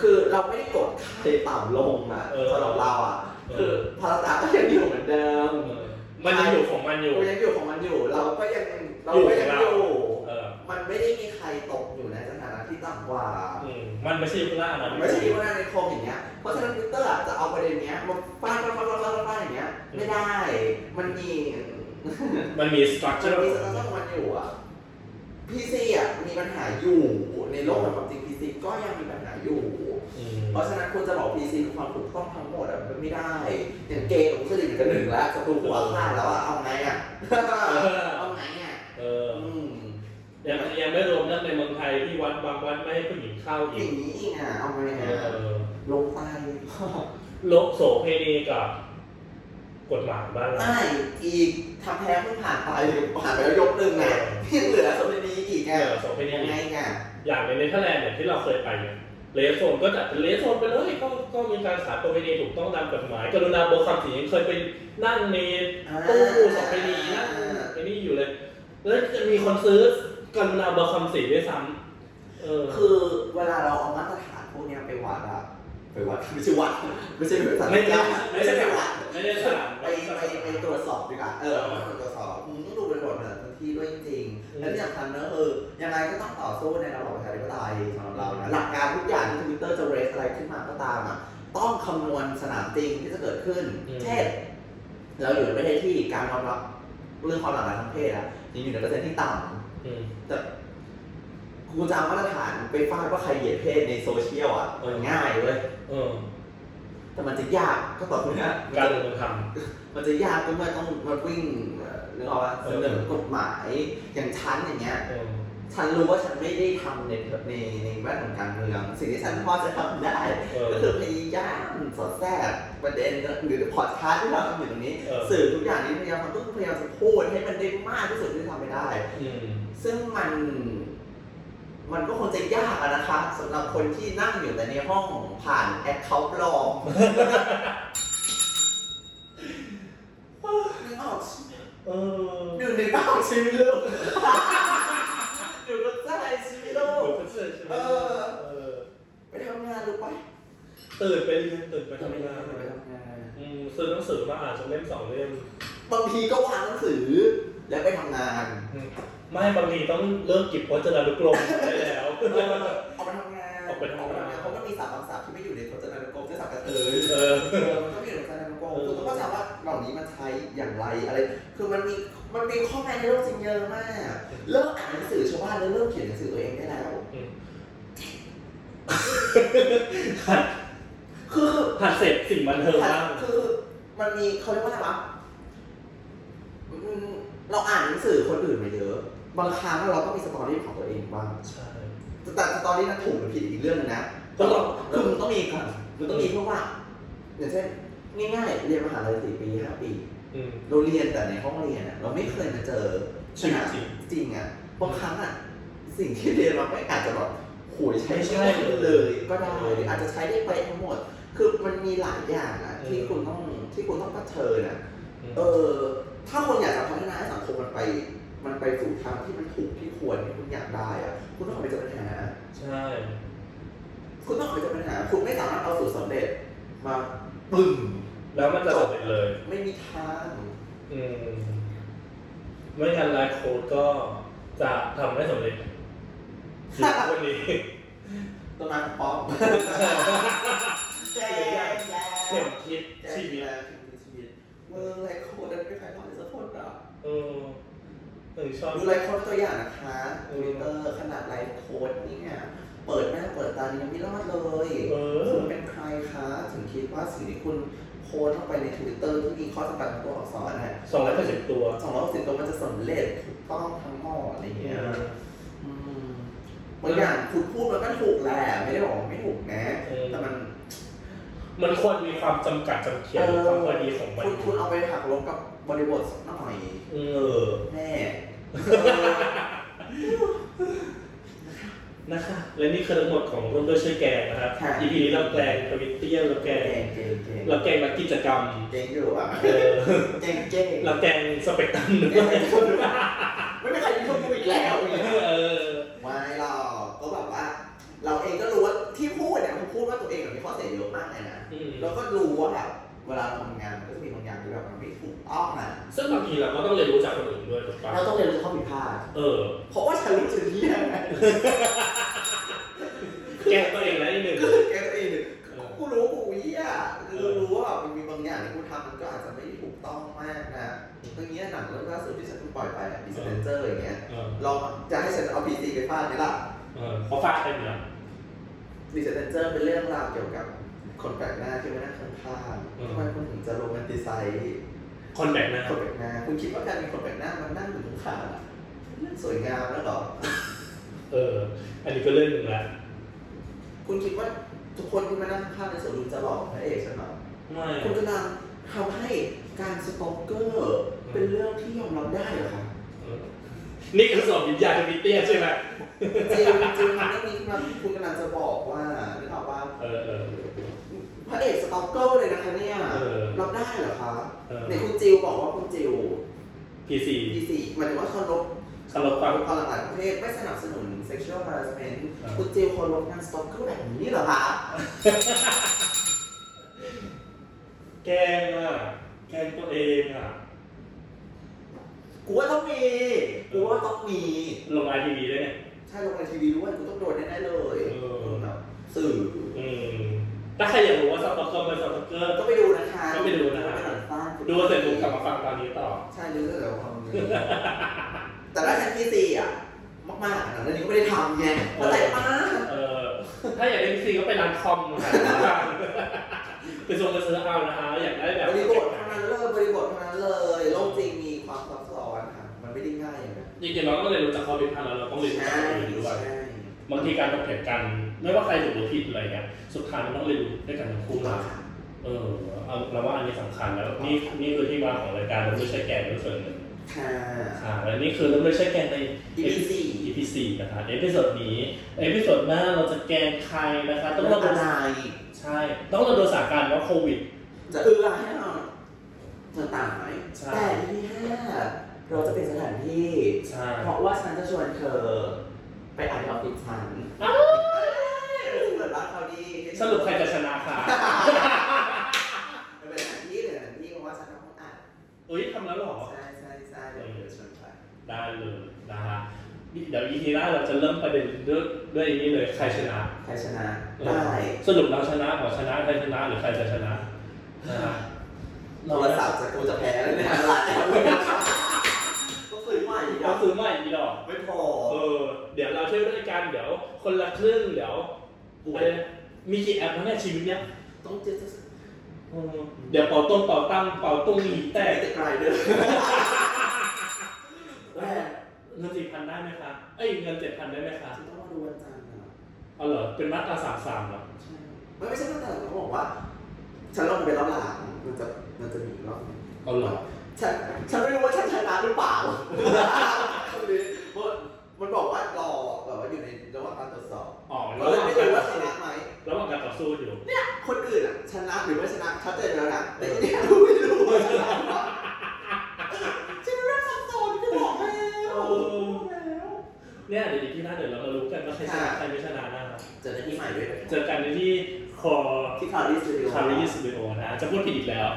C: คือเราไม่ได้กดใครต่ำลงอ่ะสำหรับเราอ่ะ คือภาษาก็ยังอยู่เหมือนเดิม
B: เออมันยังอยู่ของมันอยู่
C: เรายังอยู่ของมันอยู่ เราก็ยังเราก็ยัง
B: อยู่ของ
C: อ
B: เรา
C: ยู่
B: เออ
C: มันไม่ได้มีใครตกอยู่ในสถานะที่ต่ำกว่า
B: อืมมันไม่ใช่ยุคล่านะ
C: ไม่ใช่ที่ว่าในโคมอย่างเงี้ย เพราะฉะนั้นทวิตเตอร์อะจะเอาประเด็นเนี้ยมาฟาดฟาดฟาดฟาดฟาดฟาดอย่างเงี้ย ไม่ได้ มันมี
B: มันมีสตรัคเจอน
C: มั
B: ร์
C: มีสตอรี่มันอยู่อ่ะพีซีอ่ะมีปัญหาอยู่ในโลกของความจริงพีซีก็ยังมีปัญหาอยู่
B: อืม
C: เพราะฉะนั้นคุณจะบอกพีซีคือความถูกต้องทั้งหมดอ่ะมันไม่ได้ อย่างเกย์กับมุสลิมกันหนึ่งแล้วศัตรูหัวข้าดแล้วอ่ะเอาไงอ่ะ
B: เออ
C: เอาไงอ่ะ
B: เออ
C: อืม
B: ยังยังไม่รวมเรื่องในเมืองไทยที่วัดบางวัดไม่ให้ผู้หญิงเข้า
C: อ
B: อีก
C: ย่างนี้อีกอ่ะเอาไง
B: เอ
C: อ่ะ
B: อ
C: ลงใต้
B: โลกโสเพณีกับ กฎหมายบ้านเรา
C: ใต้อีกทำแพ้เพิ่งผ่านไปผ่านไปแล้วยกหนึ่งไงที่เหลือสมดีอีก
B: เออ
C: อ่ะ
B: โสเพณี
C: ยังไงอ่ะ
B: อย่างในเนเธอร์แลนด์เนี่ยที่เราเคยไปเนี่ยเลสโซนก็จัดเป็นเลสโซนไปเลยก็ก็มีการสารประเพณีถูกต้องตามกฎหมาย กรุณาโบกคำสียังเคยไปนั่งในตู้โสเพณีนั่งไอ้นี่อยู่เลย แล้วจะมีคนซื้อกรุณาโบกคำสีด้วยซ้ำเออ
C: คือเวลาเราเอามาตรฐานพวกเนี้ยไปวัดอ่ะไปวัดไม่ใช่วัดไม่ใช่ไปวัด
B: ไม่ได้
C: ไม่ใช่ไปวัด
B: ไม่ได้สนาม
C: ไปไปไปตรวจสอบดีกว่า เออไปตรวจสอบมึงต้องดูบริบทเหมือนพื้นที่ด้วยจริงๆและที่สำคัญนะเออ ยังไงก็ต้องต่อสู้ในระบอบประชาธิปไตยสำหรับเรานะ หลักการทุกอย่างที่ทวิตเตอร์จะเรสอะไรขึ้นมาก็ตามอ่ะ ต้องคำนวณสนามจริงที่จะเกิดขึ้น
B: อืม
C: เช่น เราอยู่ในประเทศที่การยอมรับเรื่องความหลากหลายทางเพศอ่ะยังอยู่ในเปอร์เซ็นต์ที่ต่
B: อืม
C: ำแต่กูจะเอามาตรฐานไปฟาดว่าใครเหยียดเพศในโซเชียลอ่ะมันง่ายเว้ย
B: เออ
C: แต่มันจะยากก็ต่อเมื่อ
B: การลงมือท
C: มันจะยากก็เมื่อต้องมาวิ่งเอ่อนึกออกว่า
B: เอ
C: เส
B: อน
C: อกฎหมายอย่างฉันอย่างเงี้ย
B: ำเออ
C: ฉันรู้ว่าฉันไม่ได้ทำในในในแวดวงการเมืองสิ่งที่ฉันพอจะทำได้
B: เออ
C: ก็คือพยายามสอดแทรกประเด็นหรือพอดคาสต์ที่เราทำอยู่ตรงนี้
B: เออ
C: สื่อทุกอย่างนี้พยายามมันต้องพยายามจะพูดให้มันได้มากที่สุดที่ทำไม่ได้
B: อืม
C: ซึ่งมัน มันก็คงจะยากอะนะคะสำหรับคนที่นั่งอยู่แต่ในห้องผ่านแอคเคาท์ปลอม นึกออกใช่ไหม
B: เออ
C: อยู่ในบ้านชีวิตลูก อยู่รถใต้ชีวิตลูก
B: เสื้อใช่ไหม
C: เออ
B: เออ
C: ไปทำงานลูกไป
B: ตื่นไปเรียนตื่นไปทำงาน
C: ไปทำงาน
B: อืมซื้อหนังสือมาอ่านสักเล่มสองเล่ม
C: บางทีก็วางหนังสือ แล้วไปทำงาน
B: อืมไม่บางทีต้องเลิกกิบพจนานุกรมได้แล้ว
C: เออเอาไปทำงาน
B: ออกไปทำงาน
C: เพราะมันมีสามคำศัพท์ที่ไม่อยู่ในพจนานุกรมที่สับกระเทย
B: เออ
C: เออมันก็ไม่อยู่ในพจนานุกรมคือต้องเข้าใจว่าเหล่านี้มันใช้อย่างไรอะไร คือมันมีมันมีข้อแม้ในโลกจริงเยอะมากเลิกอ่านหนังสือชาวบ้านแล้วเลิกเขียนหนังสือตัวเองได้แล้ว
B: หัด
C: คือ
B: หัดเสร็จสิ่งบันเทิงบ้าง
C: คือมันมีเขาเรียกว่าอะไรวะอืมเราอ่านหนังสือคนอื่นมาเยอะ บางครั้งเราก็มีสตอรี่ของตัวเองบ้าง
B: ใช่
C: แต่แต่สตอรี่นั้นถูกหรือผิดอีกเรื่องหนึงนะ
B: ก็ต้อง
C: คือมึงต้องมีก่อนมึงต้องมีเพราะว่า อย่างเช่นง่ายๆเรียนมหาลัยสี่ปีห้าปี
B: อืม
C: เราเรียนแต่ในห้องเรียนอะเราไม่เคยมาเจอ
B: ชีวิตจริง
C: จริงอะบางครั้งอะสิ่งที่เรียนเราไม่อาจจะแบบโหยใช้ไม่
B: ไม่
C: ได้
B: ใช่
C: เลย ก็ได้หรืออาจจะใช้ได้ไปทั้งหมด คือมันมีหลายอย่างอะ
B: เออ
C: ที่คุณต้องที่คุณต้องเผชิญอะเออ ถ้าคุณอยากจะพัฒนาให้สังคมมันไป มันไปสู่ทางที่มันถูกที่ควรที่คุณอยากได้อะคุณต้องออกไปเจอปัญหา
B: ใช่
C: คุณต้องออกไปเจอปัญหา คุณไม่สามารถเอาสูตรสำเร็จมาปึ้ง
B: แล้วมันจะสำเร็จเลย
C: ไม่มีทาง
B: อืมไม่งั้นไลฟ์โค้ดก็จะทำได้สำเร็จอยู่วันนี้
C: ต้นไม้ปลอม
B: แย่แย่ เข็มคิดชีวิต
C: เมืองไรโคดนั้นไม่ใครรอดสักคนหรอ
B: เออถึงชอบ
C: ดูไรโคดตัวอย่างนะคะทวิตเตอร์ขนาดไรโคดนี่เนี่ยเปิดหน้าเปิดตานี่ยังไม่รอดเลย
B: เออ
C: คุณเป็นใครคะ ถึงคิดว่าสิ่งที่คุณโพสต์ลงไปในทวิตเตอร์ที่มีข้อจำกัดของตัวอักษรนะ
B: สองร้อยแปดสิบตัว
C: สองร้อยสิบตัวมันจะสำเร็จถูกต้องทั้งหมดอะไรอย่างเงี้ย อืมบางอย่างคุณพูดมันก็ถูกแหละไม่ได้บอกว่าไม่ถูกนะ
B: เออ
C: แต่มัน
B: มันควรมีความจำกัดจำเขียน
C: เออ
B: ความพอดีของมัน
C: คุณคุณเอาไปหักลบกับบริบทสักหน่อย
B: เอ
C: เอ
B: อ
C: อแม่
B: นะคะ และนี่คือทั้งหมดของร่วมด้วยช่วยแกงนะครับ EP นี้เราแกงทวิตเตียนเราแก
C: เก่
B: ง
C: งเก่งเก่ง
B: เราแกงนักกิจกรรม
C: เก่งอยู่อ่ะ
B: เอ อ
C: เก่งเก่ง
B: เราแกงสเปกตรัมด้
C: เก่
B: ว
C: ง
B: ย
C: คนรู้ป่ะไม่มีใครยุ่งกูอีกแล้วอย่างเงี้ย
B: เออ
C: ไม่หรอกก็แบบว่า เราเองก็รู้ว่าที่พูดเนี่ยมันพูดว่าตัวเองแบบมีข้อเสียเยอะมากเลยนะ
B: อืม
C: เราก็รู้ว่าแบบเวลาเราทำงานมันก็จะมีบางอย่างที่แบบมันไม่ถูกต้องอ่ะ
B: ซึ่งบางทีเราก็ต้องเรียนรู้จากคนอื่นด้วยถูกปะ
C: เราต้องเรียนรู้ข้อผิดพลาด
B: เออ
C: เพราะว่าฉันรู้สึกเยี่ยไง
B: แกงตัวเองแล้วนิดหนึ่ง
C: แกตัวเองเนี่ยกูรู้กูเยี่ยคือรู้ว่าแบบมันมีบางอย่างที่กูทำมันก็อาจจะไม่ได้ถูกต้องมากนะตรงเนี้ยหนังเรื่องล่าสุดที่ฉันเพิ่งปล่อยไปอะ d i s p e n s e r อย่างเงี้ย
B: เออ
C: ลองจะให้ฉันเอาพีซีไปฟาดไหมล่ะ
B: เออเขาฟาดได้ไหมล่ะ
C: d i s p e n s e r เป็นเรื่องราวเกี่ยวกับคนแปลกหน้าที่มานั่งข้าง
B: อืม
C: ๆทำไมคุณถึงจะโรแมนติไซส์
B: คนแบกหน้า
C: คนแปลกหน้า คุณคิดว่าการมีคนแปลกหน้ามันนั่งอยู่ข้างๆอะ เรื่องสวยงามแล้วหรอ
B: เออ อันนี้ก็เรื่องหนึ่งละ
C: คุณคิดว่าทุกคนที่มานั่งข้างในสวนลุมจะหลอกพระเอกใช่ไหม
B: ไม่
C: คุณกำลังทำให้การสต็อกเกอร์เป็นเรื่องที่ยอมรับได้เหรอครับ
B: นี่คือสอบวิญญาณมิเตียใช่ไหม
C: จริงจริงๆเรื่องนี้คุณกำลังคุณกำลังจะบอกว่านึกออกว่า
B: เออเออ
C: พระเอกสต็อกเกอร์เลยนะคะเนี่ย
B: เออ
C: รับได้เหรอคะ
B: เออ
C: ไหนคุณจิวบอกว่าคุณจิว
B: พีซี
C: ดีสี่หมายถึงว่าเคารพ
B: สำหรับ
C: ค
B: คาว
C: วาม มเป็นความหลากหลายของเพศไม่สนับสนุน sexual harassment
B: เออ
C: คุณจิวเคารพการสต็อกเกอร์แบบนี้เหรอคะ
B: แกล้งอ่ะ แกล้งตัวเองอ่ะ
C: กูว่าต้องมีกูว่าต้องมี
B: ลงไอทีวีด้วยเนี่ย
C: ถ้าลงในทีวีด้วยกูต้องโดนแน่ๆเลย
B: เออ
C: แบบสื่อ
B: อืม ถ้าใครอยากรู้ว่าสต็อกเกอร์เป็นสต็อกเกอร์
C: ก็ไปดูนะคะ
B: ก็ไปดูนะคะ
C: เป็นหนังสั้น
B: ดูเสร็จปุ๊บกลับมาฟังตอนนี้ต่อ
C: ใช่ดูเสร็จแล้วความรู้แต่ถ้าฉันที่สี่อ่ะ มากๆหนังเรื่องนี้ก็ไม่ได้ทำไง
B: เออ
C: ก็แต่ป้า
B: เออ ถ้าอยากได้พีซีก็ไปร้านคอมค่ะ ไปส่งไปซื้อเอานะคะอยากได้แบบ
C: บริบทเท่านั้นเลยบริบทเท่านั้นเลยโลกจริงมีความซับซ้อนค่ะมันไม่ได้ง่ายอย่างนั้น
B: จริงๆเราก็เลยรู้จักความเป็นพันแล้วเราต้องเรียนรู้
C: ใช่
B: ตัวเองด้วย
C: ใช่
B: บางทีการตกเถียงกัน ไม่ว่าใครถูกหรือผิดอะไรเงี้ยสุดท้ายมันต้องเรียนรู้ด้วยกันทั้งคู่นะเออเอาเราว่าอันนี้สำคัญแล้วนี่นี่คือที่มาของรายการเราไม่ใช่แกนเป็นส่วนหนึ่ง
C: ค่ะ
B: ค่ะและนี่คือเราไม่ใช่แกนใน
C: อีพีสี่
B: EP 4นะคะเอพิโซดนี้เอพิโซดหน้าเราจะแกนใครนะคะต้องระ
C: เรื่
B: บุ
C: องอะไร
B: ใช่ ต้องระบุสถานการณ์ว่าโควิด
C: จะเอื้อให้เราเธอต่างไหม
B: ใช่
C: แต่อีพีห้าเราจะเป็นสถานที่
B: ใช่
C: เพราะว่าฉันจะชวนเธอไปอ่านในออฟฟิศฉันเปิดร้านเขาดี
B: สรุปใครจะชนะค่ะ
C: มันเป็นสถานที่เป็นสถานที่เพราะว่าฉันต้องอ่าน
B: อุ้ยทำแล้วเหรอ
C: ใช่ใช่ใช่เดี๋ยวเดี๋ยวชวนไป
B: ได้เลยนะฮะเดี๋ยว EP หน้าเราจะเริ่มประเด็นด้วยด้วยนี้เลยใครชนะ
C: ใครชนะ ได้
B: สรุปเราชนะหมอชนะใครชนะหรือใครจะชนะนะฮะ
C: โทรศัพท์จะกูจะแพ้แล้วเนี่ยอะไรก็คือใหม่
B: เราซื้อใหม่อีดอก
C: ไม่พอ
B: เออ เดี๋ยวเราเที่ยวด้วยกันเดี๋ยวคนละครึ่งเดี๋ยว
C: ป่ว
B: อะ
C: ย
B: ไรนะมีกี่แอปนะเนี่ยชีวิตเนี้ย
C: ต้องเจอจะ
B: เออเดี๋ยวเป่าต้มเป่าตั้งเป่าตุ้งหนีบแต
C: แต่
B: ก
C: จะไกลเด้อแม่
B: เงินสี่พันได้ไหมคะเอ้ยเงินเจ็ดพันได้ไหมคะ
C: ฉันต้องมาดูวันจันทร์นะ
B: เอาเหรอเป็นมาตราสามสามเหรอ
C: ใช่มันไม่ใช่ตั้งแต่เขาบอกว่า ฉันลองไปรอบหลังมันจะมันจะมีอีกรอบหนึ่ง
B: เอาเหรอ
C: ฉันฉันไม่รู้ว่าฉันชนะหรือเปล่าเพราะมันบอกว่ารอแบบว่าอยู่ในระหว่างการตรวจสอบ
B: อ๋อ
C: เรา
B: ระห
C: เลย
B: ว่าง
C: ไม่
B: การต่อสู้
C: รู้ว่าชนะไหม
B: ระหว่างการต่อสู้อยู่
C: คนอื่นอ่ะชนะหรือไม่ชนะชัดเจนแล้วนะแต่อันนี้รู้ไม่รู้ว่าชนะหรือเปล่าฉันเริ่มสับสนก็บอกแล้วบอกแล้ว
B: เนี่ยเดี๋ยวอีกที่หน้าเดี๋ยวเรามารู้กันว่าใครชนะใครไม่ชนะนะครับ
C: เจอหน้าที่ใหม่ด้วยนะ
B: เจอกันในที่คอ
C: ที่คารีสตูดิโอ
B: คารีสตูดิโอนะจะพูดผิดอีกแล้ว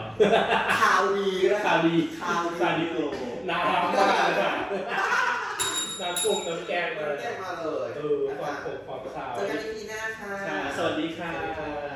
C: คารีนะ
B: คารี
C: คารี
B: คารี
C: โอ
B: น้ำน้ำน้ำกุ้งน้ำแกงมา
C: เรียกมาเลย
B: เออความขมความขาว
C: เจอกันอีพีหน้าค่ะ
B: ค่ะสวัสดีค่ะ